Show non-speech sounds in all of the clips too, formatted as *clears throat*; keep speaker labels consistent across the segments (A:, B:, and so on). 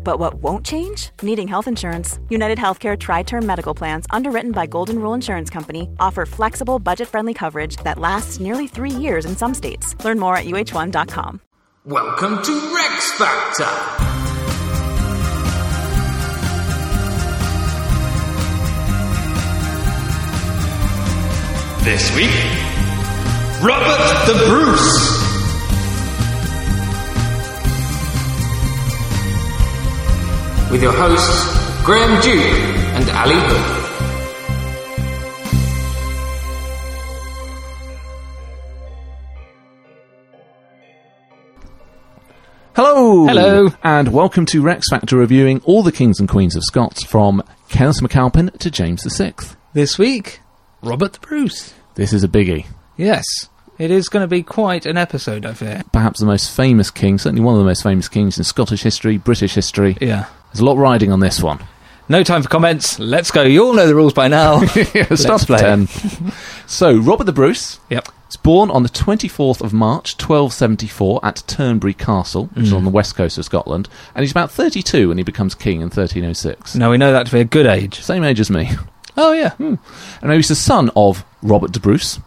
A: But what won't change? Needing health insurance. United Healthcare Tri Term Medical Plans, underwritten by Golden Rule Insurance Company, offer flexible, budget friendly coverage that lasts nearly three years in some states. Learn more at uh1.com.
B: Welcome to Rex Factor.
C: This week, Robert the Bruce.
B: With your hosts, Graham Duke and Ali Hood.
D: Hello!
E: Hello.
D: And welcome to Rex Factor reviewing all the kings and queens of Scots from Kenneth MacAlpin to James VI.
E: This week, Robert Bruce.
D: This is a biggie.
E: Yes, it is going to be quite an episode, I fear.
D: Perhaps the most famous king, certainly one of the most famous kings in Scottish history, British history.
E: Yeah.
D: There's a lot riding on this
E: *laughs*
D: one.
E: No time for comments. Let's go. You all know the rules by *laughs* now. Let's
D: Start
E: play.
D: at 10.
E: *laughs*
D: so, Robert the Bruce
E: Yep.
D: was born on the 24th of March, 1274, at Turnberry Castle, which
E: Mm.
D: is on the west coast of Scotland, and he's about 32 when he becomes king in 1306.
E: Now we know that to be a good age.
D: Same age as me.
E: Oh, yeah.
D: And he was the son of Robert de Bruce,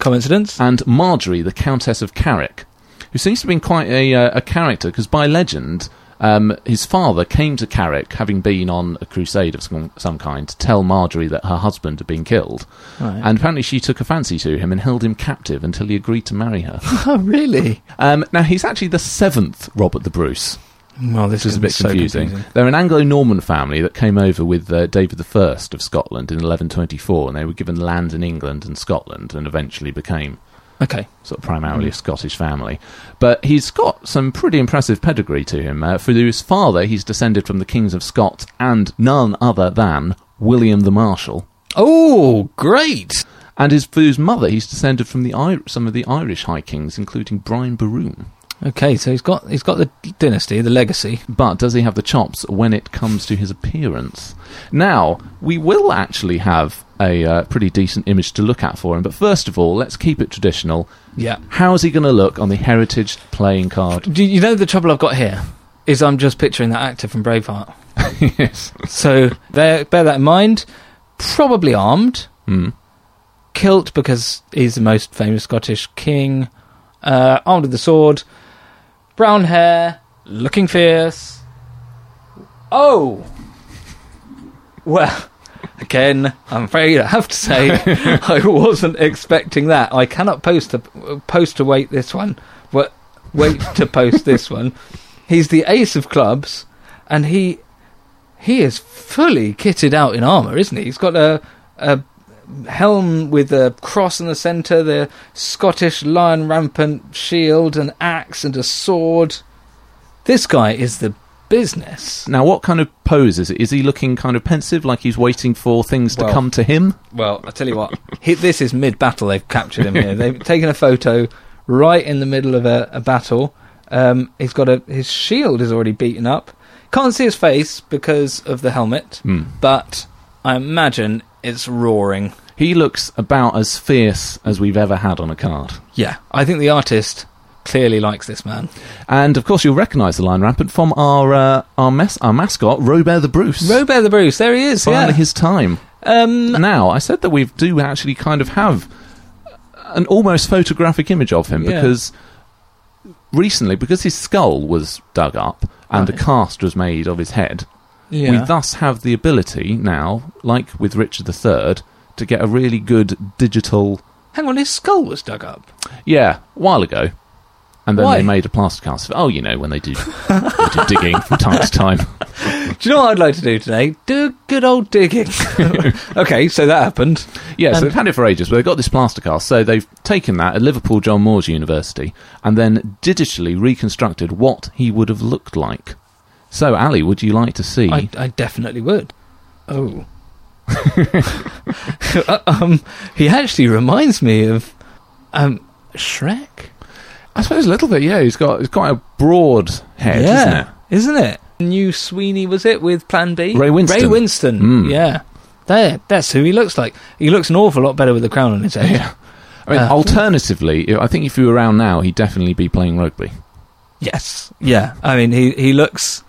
E: Coincidence?
D: and Marjorie, the Countess of Carrick, who seems to have been quite a, uh, a character because by legend, um, his father came to Carrick having been on a crusade of some, some kind to tell Marjorie that her husband had been killed.
E: Right.
D: And apparently she took a fancy to him and held him captive until he agreed to marry
E: *laughs*
D: her.
E: *laughs* oh, really?
D: um, now, he's actually the seventh Robert the Bruce.
E: Well, this
D: Which is a bit
E: so
D: confusing. They're an Anglo-Norman family that came over with uh, David I of Scotland in 1124, and they were given land in England and Scotland, and eventually became
E: Okay.
D: sort of primarily a Scottish family. But he's got some pretty impressive pedigree to him. Uh, for his father, he's descended from the kings of Scots and none other than William the Marshal.
E: Oh, great.
D: And his, for his mother, he's descended from the Ir- some of the Irish high kings, including Brian Boru.
E: Okay, so he's got he's got the dynasty, the legacy.
D: But does he have the chops when it comes to his appearance? Now, we will actually have a uh, pretty decent image to look at for him, but first of all, let's keep it traditional.
E: Yeah.
D: How is he going to look on the Heritage playing
E: *laughs*
D: card?
E: Do you know the trouble I've got here is I'm just picturing that actor from Braveheart.
D: yes.
E: So *laughs* there, bear that in mind. Probably armed.
D: Hmm.
E: Kilt because he's the most famous Scottish king. Uh, armed with the sword. Brown hair. Looking fierce. Oh! Well, again, I'm afraid I have to say I wasn't expecting that. I cannot post to, post to wait this one. Wa- Wait to post this one. He's the ace of clubs, and he he is fully kitted out in armour, isn't he? He's got a, a helm with a cross in the centre, the Scottish lion rampant shield, an axe, and a sword. This guy is the business.
D: Now, what kind of pose is it? Is he looking kind of pensive, like he's waiting for things to
E: Well-
D: come to him?
E: Well, I tell you what, he, this is mid battle. They've captured him here. They've taken a photo right in the middle of a, a battle. Um, he's got a his shield is already beaten up. Can't see his face because of the helmet,
D: Hmm.
E: but I imagine it's roaring.
D: He looks about as fierce as we've ever had on a card.
E: Yeah, I think the artist clearly likes this man.
D: And of course, you'll recognise the lion rampant from our uh, our, mes- our mascot, Robert the Bruce.
E: Robert the Bruce, there he is.
D: Finally,
E: Yeah.
D: his time.
E: um,
D: Now, I said that we do actually kind of have an almost photographic image of him
E: Yeah.
D: because recently, because his skull was dug up and
E: Right.
D: a cast was made of his head, We
E: yeah.
D: thus have the ability now, like with Richard III, to get a really good digital.
E: Hang on, his skull was dug up.
D: Yeah, a while ago. And then
E: Why?
D: they made a plaster cast. of it. Oh, you know, when they do, they do digging from time to time. *laughs*
E: Do you know what I'd like to do today? Do good
D: *laughs*
E: old digging. *laughs* okay, so that happened.
D: Yeah, so
E: And-
D: they've had it for ages, but they've got this plaster cast. So they've taken that at Liverpool John Moores University and then digitally reconstructed what he would have looked like. So, Ali, would you like to see?
E: I, I definitely would. Oh. *laughs* Uh, um, he actually reminds me of um, Shrek.
D: I suppose a little bit. Yeah, he's got he's quite a broad head, isn't it?
E: isn't it? New Sweeney was it with Plan B?
D: Ray Winston.
E: Ray Winston.
D: Mm.
E: Yeah, there. That's who he looks like. He looks an awful lot better with a crown on his head.
D: I mean,
E: Uh,
D: alternatively, I think if he were around now, he'd definitely be playing rugby.
E: *laughs* Yes. Yeah. I mean, he he looks.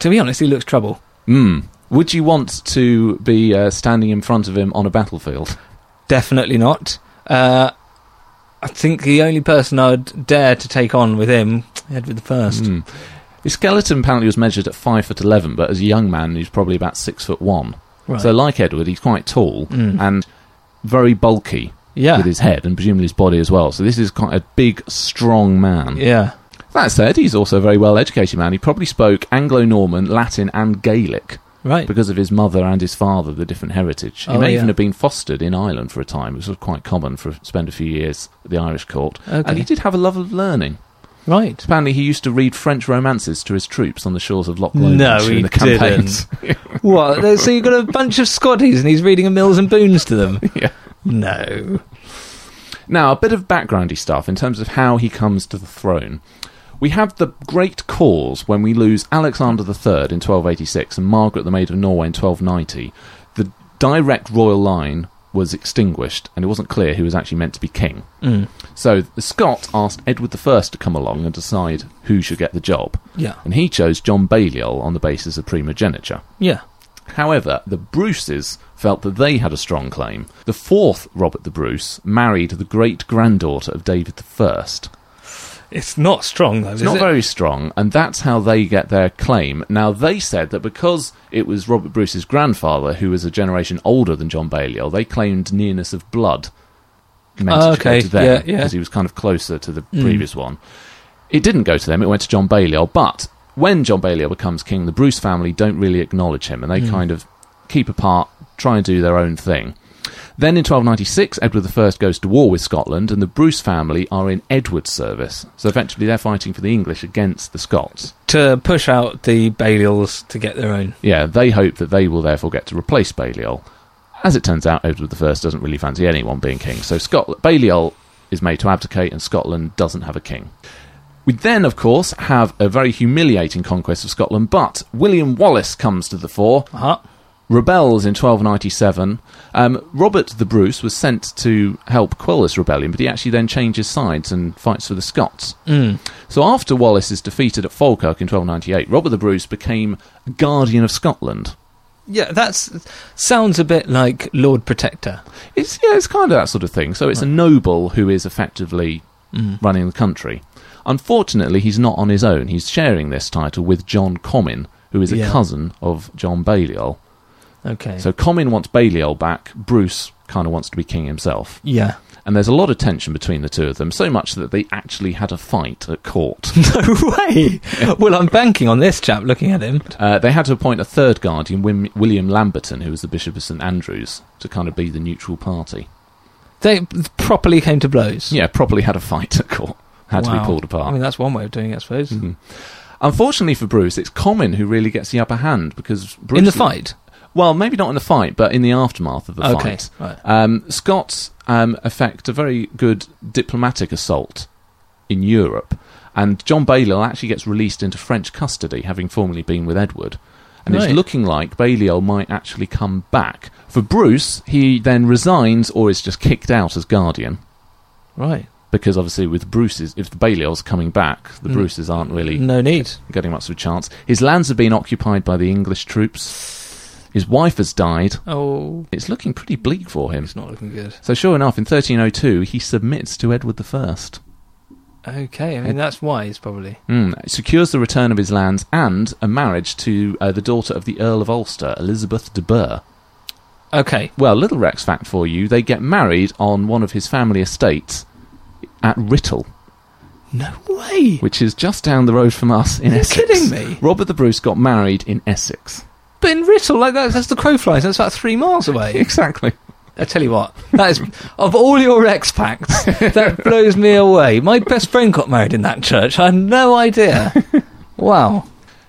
E: To be honest, he looks trouble.
D: Mm. Would you want to be uh, standing in front of him on a
E: *laughs*
D: battlefield?
E: Definitely not. Uh, I think the only person I'd dare to take on with him, Edward the First.
D: Mm. His skeleton apparently was measured at five foot eleven, but as a young man, he's probably about six foot one.
E: Right. Hmm.
D: So, like Edward, he's quite tall and very bulky
E: Mm. yeah.
D: with his head and presumably his body as well. So, this is quite a big, strong man.
E: Yeah.
D: That said, he's also a very well educated man. He probably spoke Anglo Norman, Latin, and Gaelic
E: Right.
D: because of his mother and his father, the different heritage. He
E: Oh,
D: may
E: yeah.
D: even have been fostered in Ireland for a time, which was quite common for spend a few years at the Irish court.
E: Okay.
D: And he did have a love of learning. *laughs*
E: Right.
D: Apparently, he used to read French romances to his troops on the shores of Loch Lomond
E: No,
D: during
E: he
D: the campaigns.
E: What? there- So you've got a bunch of Scotties and he's reading a Mills and Boons to them?
D: *laughs* Yeah.
E: *laughs* No.
D: Now, a bit of backgroundy stuff in terms of how he comes to the throne. We have the great cause when we lose Alexander III in 1286 and Margaret the Maid of Norway in 1290. The direct royal line was extinguished, and it wasn't clear who was actually meant to be king. So the Scots asked Edward I to come along and decide who should get the job.
E: Yeah.
D: And he chose John Balliol on the basis of primogeniture.
E: Yeah.
D: However, the Bruces felt that they had a strong claim. The fourth Robert the Bruce married the great granddaughter of David I. It's
E: It's not strong, though,
D: not very strong, and that's how they get their claim. Now, they said that because it was Robert Bruce's grandfather who was a generation older than John Balliol, they claimed nearness of blood meant
E: Oh,
D: it should
E: okay.
D: go to them
E: Yeah, Hmm. yeah.
D: because he was kind of closer to the previous one. It didn't go to them, it went to John Balliol. But when John Balliol becomes king, the Bruce family don't really acknowledge him and
E: Hmm.
D: they kind of keep apart, try and do their own thing. Then in 1296, Edward I goes to war with Scotland and the Bruce family are in Edward's service. So effectively, they're fighting for the English against the Scots.
E: To push out the Balliol's to get their own.
D: Yeah, they hope that they will therefore get to replace Balliol. As it turns out, Edward I doesn't really fancy anyone being king, so Scotland, Balliol is made to abdicate and Scotland doesn't have a king. We then, of course, have a very humiliating conquest of Scotland, but William Wallace comes to the fore,
E: Uh-huh.
D: rebels in 1297. Um, Robert the Bruce was sent to help quell this rebellion, but he actually then changes sides and fights for the Scots. So after Wallace is defeated at Falkirk in 1298, Robert the Bruce became guardian of Scotland.
E: Yeah, that's sounds a bit like Lord Protector.
D: It's yeah, it's kind of that sort of thing. So it's a noble who is effectively running the country. Unfortunately, he's not on his own. He's sharing this title with John Comyn, who is a
E: Yeah.
D: cousin of John Balliol.
E: Okay.
D: So Comyn wants Balliol back. Bruce kind of wants to be king himself.
E: yeah. *laughs*
D: And there's a lot of tension between the two of them, so much that they actually had a fight at court. *laughs*
E: No way. Well, I'm banking on this chap looking at him.
D: Uh, they had to appoint a third guardian, Wim- William Lamberton, who was the Bishop of St Andrews, to kind of be the neutral party.
E: They properly came to blows.
D: Yeah, probably had a fight at court, had to be
E: Wow.
D: pulled apart. Mm-hmm.
E: I mean, that's one way of doing it, I suppose.
D: Unfortunately for Bruce, it's Common who really gets the upper hand because Bruce
E: In the fight.
D: Well, maybe not in the fight, but in the aftermath of the
E: Okay,
D: fight,
E: right.
D: um, Scots um, effect a very good diplomatic assault in Europe, and John Balliol actually gets released into French custody, having formerly been with Edward. And
E: Right.
D: it's looking like Balliol might actually come back. For Bruce, he then resigns or is just kicked out as guardian
E: Right.
D: because obviously with Bruce's, if the Balliol's coming back, the
E: Mm.
D: Bruces aren't really
E: No need.
D: getting much of a chance. His lands have been occupied by the English troops. His wife has died.
E: Oh,
D: It's looking pretty bleak for him.
E: it's not looking good.
D: So, sure enough, in 1302, he submits to Edward I,
E: Okay, I mean, that's wise, probably.
D: mm, secures the return of his lands and a marriage to uh, the daughter of the Earl of Ulster, Elizabeth de Burgh.
E: Okay.
D: Well, little Rex fact for you they get married on one of his family estates at Rittle.
E: No way.
D: Which is just down the road from us in
E: You're
D: Essex.
E: kidding me.
D: Robert the Bruce got married in Essex.
E: *laughs* But in Rittle, like that, that's the crow flies. That's about three miles
D: *laughs*
E: away.
D: Exactly.
E: I tell you what, that is of all your X pacts, that
D: *laughs* *laughs*
E: blows me away. My best friend got married in that church. I had no idea. Wow.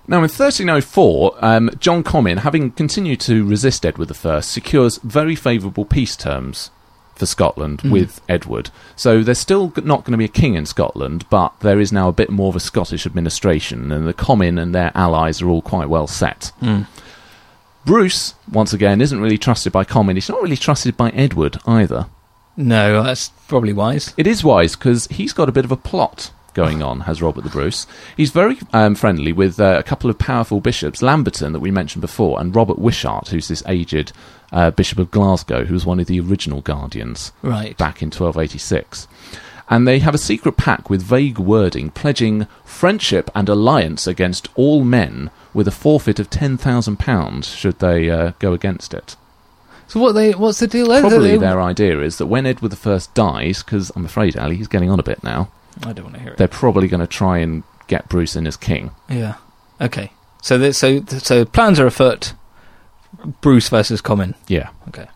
D: Now, in 1304, um, John Comyn, having continued to resist Edward I, secures very favourable peace terms for Scotland with Edward. So there's still g- not going to be a king in Scotland, but there is now a bit more of a Scottish administration, and the Comyn and their allies are all quite well set. Bruce, once again, isn't really trusted by Comyn. He's not really trusted by Edward either.
E: No, that's probably wise.
D: It is wise because he's got a bit of a plot going on, has Robert the Bruce. He's very um, friendly with uh, a couple of powerful bishops, Lamberton, that we mentioned before, and Robert Wishart, who's this aged uh, Bishop of Glasgow, who was one of the original guardians
E: Right.
D: back in 1286. And they have a secret pact with vague wording pledging friendship and alliance against all men with a forfeit of £10,000 should they uh, go against it
E: So what they? What's the deal? there?
D: probably
E: They-
D: their idea is that when Edward I dies, because I'm afraid Ali, he's getting on a bit now.
E: I don't want to hear it.
D: They're probably going to try and get Bruce in as king.
E: Yeah. Okay. So th- so so plans are afoot. Bruce versus Common.
D: Yeah.
E: Okay.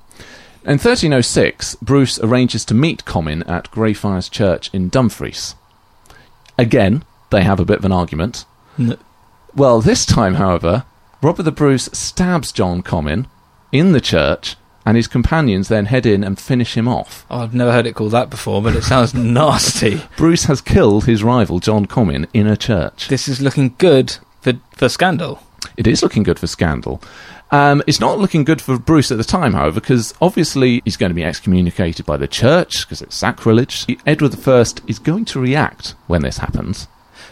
D: In 1306, Bruce arranges to meet Comyn at Greyfriars Church in Dumfries. Again, they have a bit of an argument.
E: No.
D: Well, this time, however, Robert the Bruce stabs John Comyn in the church, and his companions then head in and finish him off.
E: Oh, I've never heard it called that before, but it sounds *laughs* nasty.
D: Bruce has killed his rival John Comyn in a church.
E: This is looking good for for scandal.
D: It is looking good for Scandal. Um, it's not looking good for Bruce at the time, however, because obviously he's going to be excommunicated by the church because it's sacrilege. Edward I is going to react when this happens.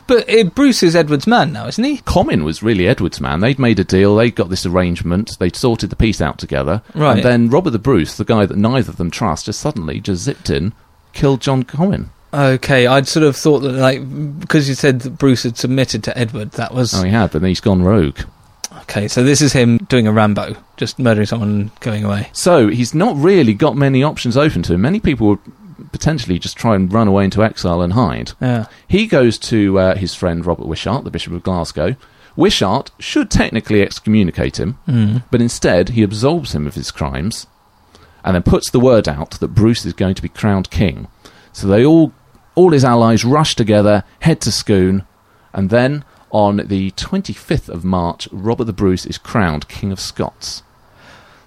E: But uh, Bruce is Edward's man now, isn't he?
D: Comyn was really Edward's man. They'd made a deal, they'd got this arrangement, they'd sorted the peace out together.
E: Right.
D: And then Robert the Bruce, the guy that neither of them trust, has suddenly just zipped in, killed John Comyn.
E: Okay, I'd sort of thought that like because you said that Bruce had submitted to Edward, that was
D: Oh, he had, but then he's gone rogue.
E: okay. So this is him doing a Rambo, just murdering someone and going away.
D: So he's not really got many options open to him. Many people would potentially just try and run away into exile and hide.
E: Yeah.
D: He goes to uh, his friend Robert Wishart, the Bishop of Glasgow. Wishart should technically excommunicate him,
E: Hmm.
D: but instead he absolves him of his crimes and then puts the word out that Bruce is going to be crowned king. So they all, all his allies rush together, head to Scone, and then on the 25th of March, Robert the Bruce is crowned King of Scots.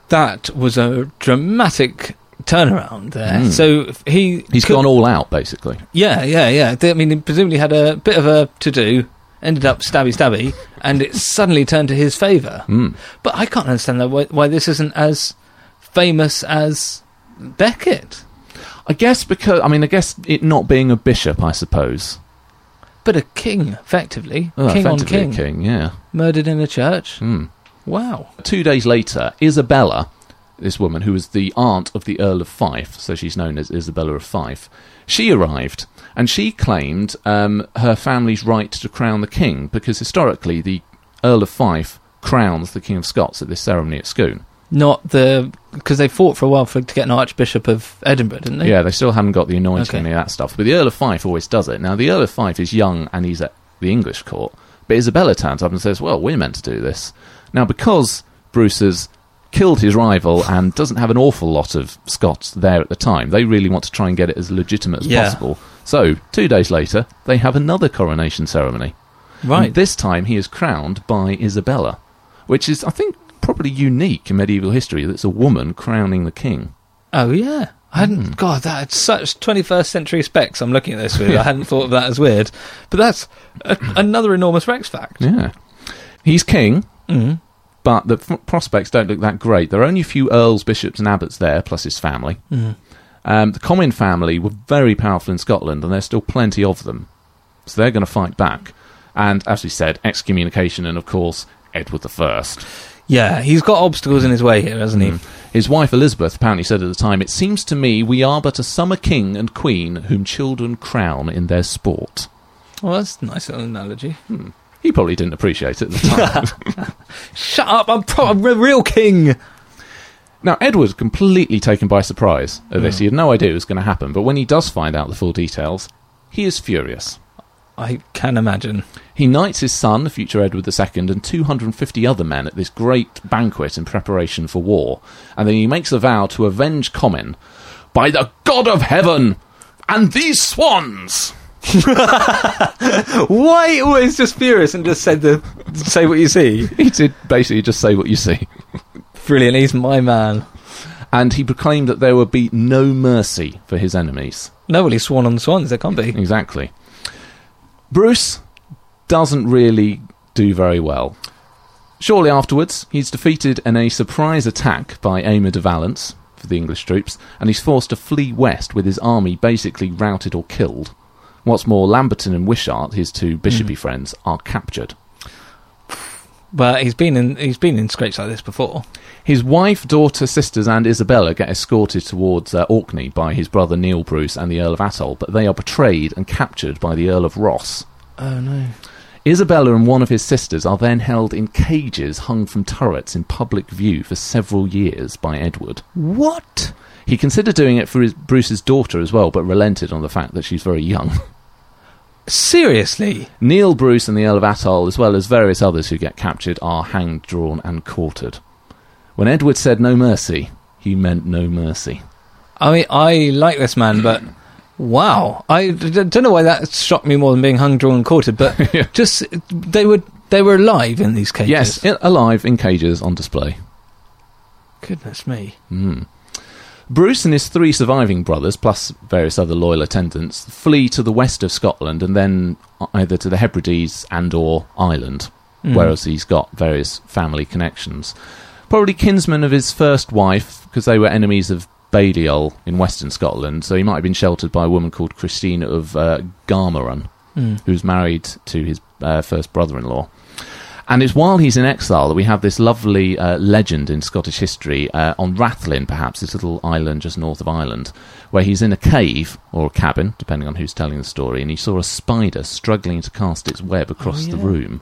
E: That was a dramatic turnaround there.
D: Mm.
E: So f- he
D: He's
E: could-
D: gone all out, basically.
E: Yeah, yeah, yeah. They- I mean, he presumably had a bit of a to do, ended up stabby stabby, and it suddenly turned to his favour.
D: Mm.
E: But I can't understand that why, why this isn't as famous as Beckett.
D: I guess because, I mean, I guess it not being a bishop, I suppose.
E: But a king, effectively,
D: Oh,
E: king on
D: effectively a
E: king,
D: king, yeah.
E: murdered in a church.
D: Mm.
E: Wow.
D: Two days later, Isabella, this woman who was the aunt of the Earl of Fife, so she's known as Isabella of Fife, she arrived and she claimed um, her family's right to crown the king because historically the Earl of Fife crowns the King of Scots at this ceremony at Scone.
E: Not the because they fought for a while for to get an Archbishop of Edinburgh, didn't they?
D: Yeah, they still haven't got the anointing
E: Okay.
D: and any of that stuff, but the Earl of Fife always does it. Now, the Earl of Fife is young and he's at the English court, but Isabella turns up and says, Well, we're meant to do this. Now, because Bruce has killed his rival and doesn't have an awful lot of Scots there at the time, they really want to try and get it as legitimate as
E: Yeah.
D: possible. So, two days later, they have another coronation ceremony.
E: Right.
D: And this time, he is crowned by Isabella, which is, I think, probably unique in medieval history that it's a woman crowning the king.
E: Oh yeah. I
D: Hmm.
E: hadn't God, that had such twenty first century specs I'm looking at this
D: *laughs*
E: with. I hadn't thought of that as weird. But that's
D: *clears throat*
E: a, another enormous Rex fact.
D: Yeah. He's king, but the f- prospects don't look that great. There are only a few earls, bishops, and abbots there, plus his family. Um, the Comyn family were very powerful in Scotland, and there's still plenty of them. So they're going to fight back. And as we said, excommunication and, of course, Edward I.
E: Yeah, he's got obstacles in his way here, hasn't he?
D: His wife Elizabeth apparently said at the time, It seems to me we are but a summer king and queen whom children crown in their sport.
E: Well that's a nice little analogy.
D: He probably didn't appreciate it at the time.
E: Shut up, I'm, pro- I'm a real king.
D: Now, Edward was completely taken by surprise at this. He had no idea it was going to happen, but when he does find out the full details, he is furious.
E: I can imagine.
D: He knights his son, future Edward II, and 250 other men at this great banquet in preparation for war, and then he makes a vow to avenge Comyn by the God of Heaven and these swans.
E: Why always just furious and just said the say what you see?
D: He did basically just say what you see.
E: Brilliant. He's my man.
D: And he proclaimed that there would be no mercy for his enemies.
E: No, well, he's sworn on the swans. There can't be.
D: Exactly. Bruce doesn't really do very well. Shortly afterwards, he's defeated in a surprise attack by Aymer de Valence for the English troops, and he's forced to flee west with his army basically routed or killed. What's more, Lamberton and Wishart, his two bishopy friends, are captured.
E: But he's been in he's been in scrapes like this before.
D: His wife, daughter, sisters, and Isabella get escorted towards uh, Orkney by his brother Neil Bruce and the Earl of Athol, but they are betrayed and captured by the Earl of Ross.
E: Oh no.
D: Isabella and one of his sisters are then held in cages hung from turrets in public view for several years by Edward.
E: What?
D: He considered doing it for his, Bruce's daughter as well, but relented on the fact that she's very young.
E: Seriously?
D: Neil Bruce and the Earl of Athol, as well as various others who get captured, are hanged, drawn, and quartered. When Edward said no mercy, he meant no mercy.
E: I mean, I like this man, but wow, I d- d- don't know why that shocked me more than being hung, drawn, and quartered. *laughs* But
D: Yeah.
E: just they were they were alive in these cages.
D: Yes, i- alive in cages on display.
E: Goodness me.
D: Bruce and his three surviving brothers, plus various other loyal attendants, flee to the west of Scotland and then either to the Hebrides and or Ireland, whereas he's got various family connections. Probably kinsmen of his first wife, because they were enemies of Balliol in western Scotland, so he might have been sheltered by a woman called Christine of uh, Garmoran, who was married to his uh, first brother-in-law. And it's while he's in exile that we have this lovely uh, legend in Scottish history uh, on Rathlin, perhaps, this little island just north of Ireland, where he's in a cave or a cabin, depending on who's telling the story, and he saw a spider struggling to cast its web across the room.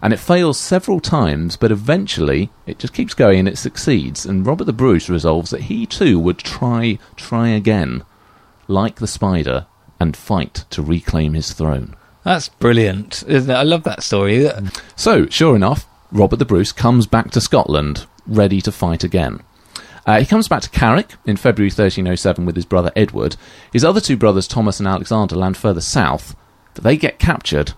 D: And it fails several times, but eventually it just keeps going and it succeeds. And Robert the Bruce resolves that he too would try, try again, like the spider, and fight to reclaim his throne.
E: That's brilliant, isn't it? I love that story.
D: So, sure enough, Robert the Bruce comes back to Scotland, ready to fight again. Uh, he comes back to Carrick in February 1307 with his brother Edward. His other two brothers, Thomas and Alexander, land further south, but they get captured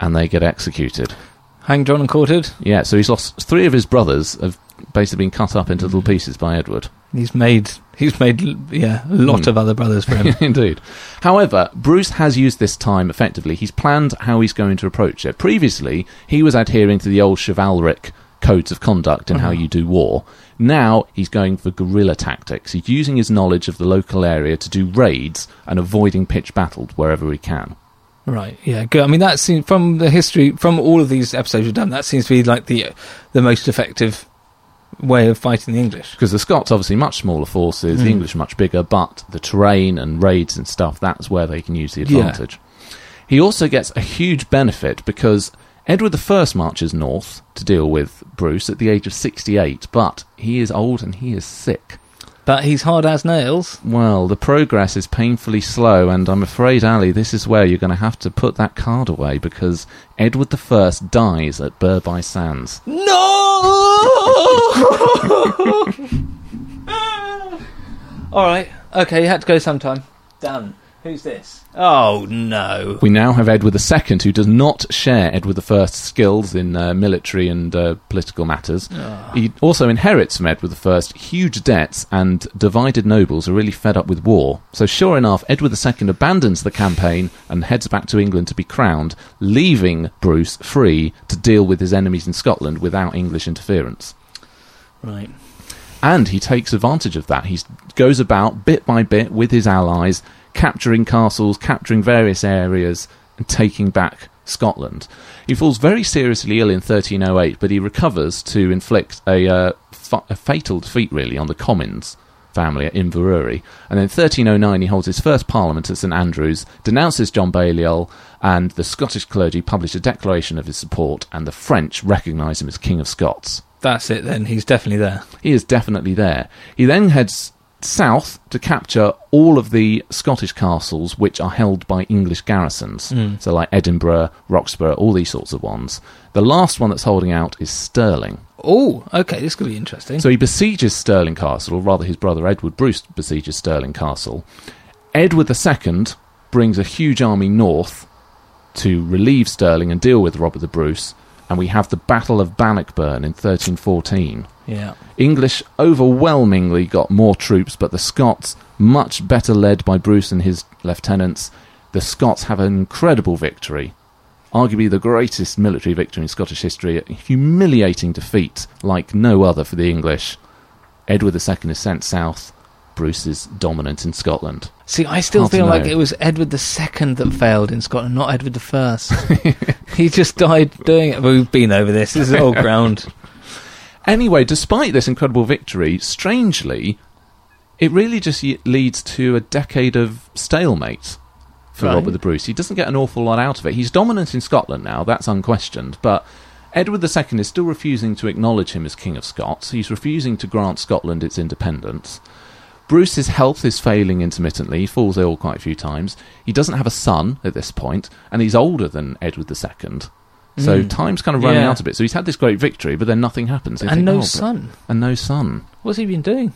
D: and they get executed.
E: Hang, drawn, and quartered.
D: Yeah, so he's lost three of his brothers have basically been cut up into little pieces by Edward.
E: He's made he's made yeah a lot of other brothers for *laughs* him.
D: *laughs* Indeed. However, Bruce has used this time effectively. He's planned how he's going to approach it. Previously, he was adhering to the old chivalric codes of conduct and how you do war. Now he's going for guerrilla tactics. He's using his knowledge of the local area to do raids and avoiding pitched battles wherever he can.
E: Right. Yeah. Good. I mean, that seems from the history, from all of these episodes we've done, that seems to be like the the most effective way of fighting the English.
D: Because the Scots obviously much smaller forces, the English much bigger, but the terrain and raids and stuff, that's where they can use the
E: Yeah.
D: advantage. He also gets a huge benefit because Edward I marches north to deal with Bruce at the age of 68, but he is old and he is sick.
E: But he's hard as nails.
D: Well, the progress is painfully slow, and I'm afraid, Ali, this is where you're going to have to put that card away because Edward I dies at Burby Sands.
E: No. *laughs* all right. Okay. You had to go sometime. Done. Who's this? Oh no.
D: We now have Edward II, who does not share Edward I's skills in uh, military and uh, political matters. He also inherits from Edward I huge debts, and divided nobles are really fed up with war. So, sure enough, Edward II abandons the campaign and heads back to England to be crowned, leaving Bruce free to deal with his enemies in Scotland without English interference.
E: Right.
D: And he takes advantage of that. He goes about bit by bit with his allies, capturing castles, capturing various areas, and taking back Scotland. He falls very seriously ill in 1308, but he recovers to inflict a, uh, fa- a fatal defeat, really, on the Commons family at Inverurie. And then 1309, he holds his first parliament at St Andrews, denounces John Balliol, and the Scottish clergy publish a declaration of his support, and the French recognise him as King of Scots.
E: That's it. Then he's definitely there.
D: He is definitely there. He then heads south to capture all of the Scottish castles which are held by English garrisons. So, like Edinburgh, Roxburgh, all these sorts of ones. The last one that's holding out is Stirling.
E: Oh. Okay. This could be interesting.
D: So he besieges Stirling Castle, or rather his brother Edward Bruce besieges Stirling Castle. Edward II brings a huge army north to relieve Stirling and deal with Robert the Bruce, and we have the Battle of Bannockburn in 1314.
E: Yeah.
D: English overwhelmingly got more troops, but the Scots, much better led by Bruce and his lieutenants, the Scots have an incredible victory. Arguably the greatest military victory in Scottish history, a humiliating defeat like no other for the English. Edward II is sent south, Bruce is dominant in Scotland.
E: See, I still
D: Hard to
E: feel
D: know.
E: like it was Edward II that failed in Scotland, not Edward
D: *laughs*
E: the First. he just died doing it. We've been over this. This is
D: *laughs*
E: all ground.
D: Anyway, despite this incredible victory, strangely, it really just y- leads to a decade of stalemate for
E: Right.
D: Robert the Bruce. He doesn't get an awful lot out of it. He's dominant in Scotland now, that's unquestioned, but Edward II is still refusing to acknowledge him as King of Scots. He's refusing to grant Scotland its independence. Bruce's health is failing intermittently. He falls ill quite a few times. He doesn't have a son at this point, and he's older than Edward II. So time's kind of running
E: Hmm. Yeah.
D: out a bit. So he's had this great victory, but then nothing happens. They
E: And no
D: Oh, but-
E: son.
D: And no son.
E: What's he been doing?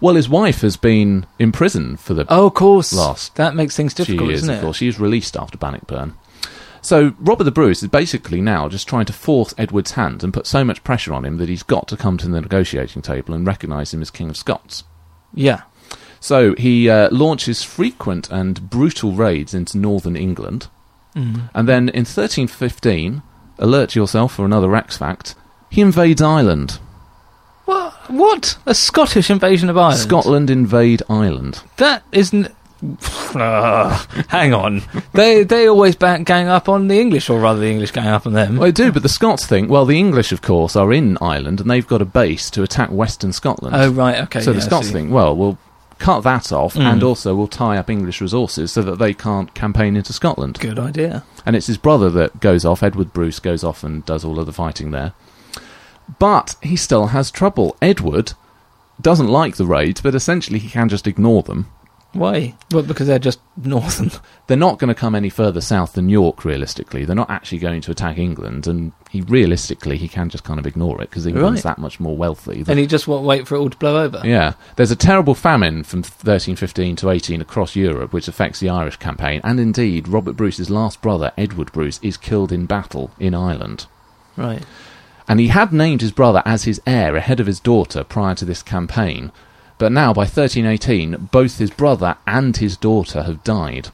D: Well, his wife has been in prison for the
E: Oh, of course.
D: Last
E: That makes things difficult,
D: few years,
E: isn't it?
D: of course. She was released after Bannockburn. So Robert the Bruce is basically now just trying to force Edward's hand and put so much pressure on him that he's got to come to the negotiating table and recognise him as King of Scots.
E: Yeah.
D: So he uh, launches frequent and brutal raids into northern England.
E: Mm.
D: And then in 1315, alert yourself for another Rex fact, he invades Ireland.
E: What? What? A Scottish invasion of Ireland?
D: Scotland invade Ireland.
E: That isn't. Ugh, *sighs* hang on. they they always back, gang up on the English, or rather, the English gang up on them.
D: Well, they do, but the Scots think, well, the English, of course, are in Ireland and they've got a base to attack Western Scotland.
E: oh right, okay.
D: so
E: yeah,
D: the
E: I
D: Scots
E: see. Hmm.
D: think, well, we'll cut that off and also we'll tie up English resources so that they can't campaign into Scotland.
E: Good idea.
D: and it's his brother that goes off. Edward Bruce goes off and does all of the fighting there. But he still has trouble. Edward doesn't like the raids, but essentially he can just ignore them.
E: Why? Well, because they're just northern.
D: They're not going to come any further south than York, realistically. They're not actually going to attack England, and he realistically he can just kind of ignore it because England's
E: Right.
D: that much more wealthy. Than,
E: and he just won't wait for it all to blow over.
D: *laughs* yeah, there's a terrible famine from 1315 to 18 across Europe, which affects the Irish campaign, and indeed Robert Bruce's last brother, Edward Bruce, is killed in battle in Ireland.
E: Right.
D: And he had named his brother as his heir ahead of his daughter prior to this campaign. But now, by 1318, both his brother and his daughter have died.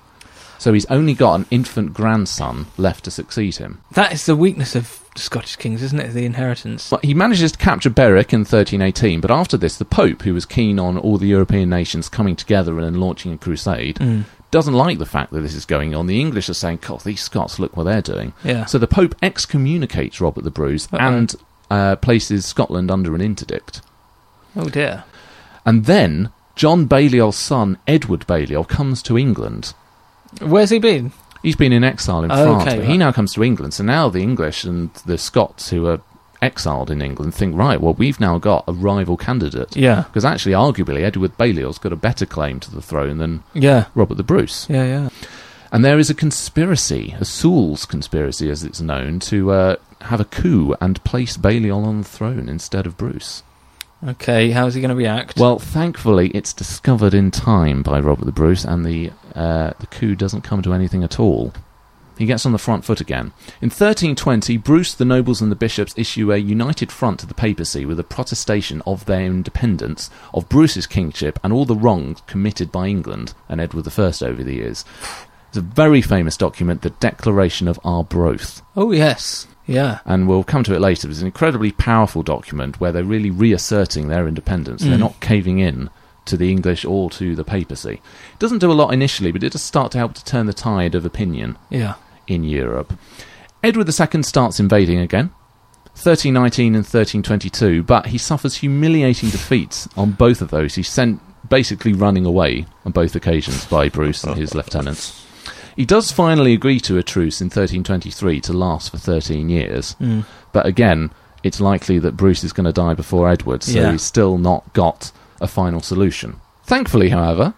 D: So he's only got an infant grandson left to succeed him.
E: That is the weakness of Scottish kings, isn't it? The inheritance.
D: But he manages to capture Berwick in 1318, but after this, the Pope, who was keen on all the European nations coming together and launching a crusade,
E: Mm.
D: doesn't like the fact that this is going on. The English are saying, God, these Scots, look what they're doing.
E: Yeah.
D: So the Pope excommunicates Robert the Bruce
E: Uh-oh.
D: and uh, places Scotland under an interdict.
E: Oh dear.
D: And then John Balliol's son, Edward Balliol, comes to England.
E: Where's he been?
D: He's been in exile in
E: Okay,
D: France, but he
E: right.
D: now comes to England. So now the English and the Scots who are exiled in England think, right, well, we've now got a rival candidate.
E: Yeah.
D: Because actually, arguably, Edward Balliol's got a better claim to the throne than
E: Yeah.
D: Robert the Bruce.
E: Yeah, yeah.
D: And there is a conspiracy, a Sewell's conspiracy as it's known, to uh, have a coup and place Balliol on the throne instead of Bruce.
E: Okay, how's he going to react?
D: Well, thankfully, it's discovered in time by Robert the Bruce, and the uh, the coup doesn't come to anything at all. He gets on the front foot again. In 1320, Bruce, the nobles, and the bishops issue a united front to the papacy with a protestation of their independence, of Bruce's kingship, and all the wrongs committed by England and Edward I over the years. It's a very famous document, the Declaration of Arbroath
E: oh yes. Yeah.
D: and we'll come to it later. It's an incredibly powerful document where they're really reasserting their independence. They're not caving in to the English or to the papacy. It doesn't do a lot initially, but it does start to help to turn the tide of opinion
E: Yeah.
D: in Europe. Edward II starts invading again. 1319 and 1322, but he suffers humiliating defeats on both of those. He's sent basically running away on both occasions by Bruce and his lieutenants. He does finally agree to a truce in 1323 to last for 13 years, but again, it's likely that Bruce is going to die before Edward, so
E: Yeah.
D: he's still not got a final solution. Thankfully, however,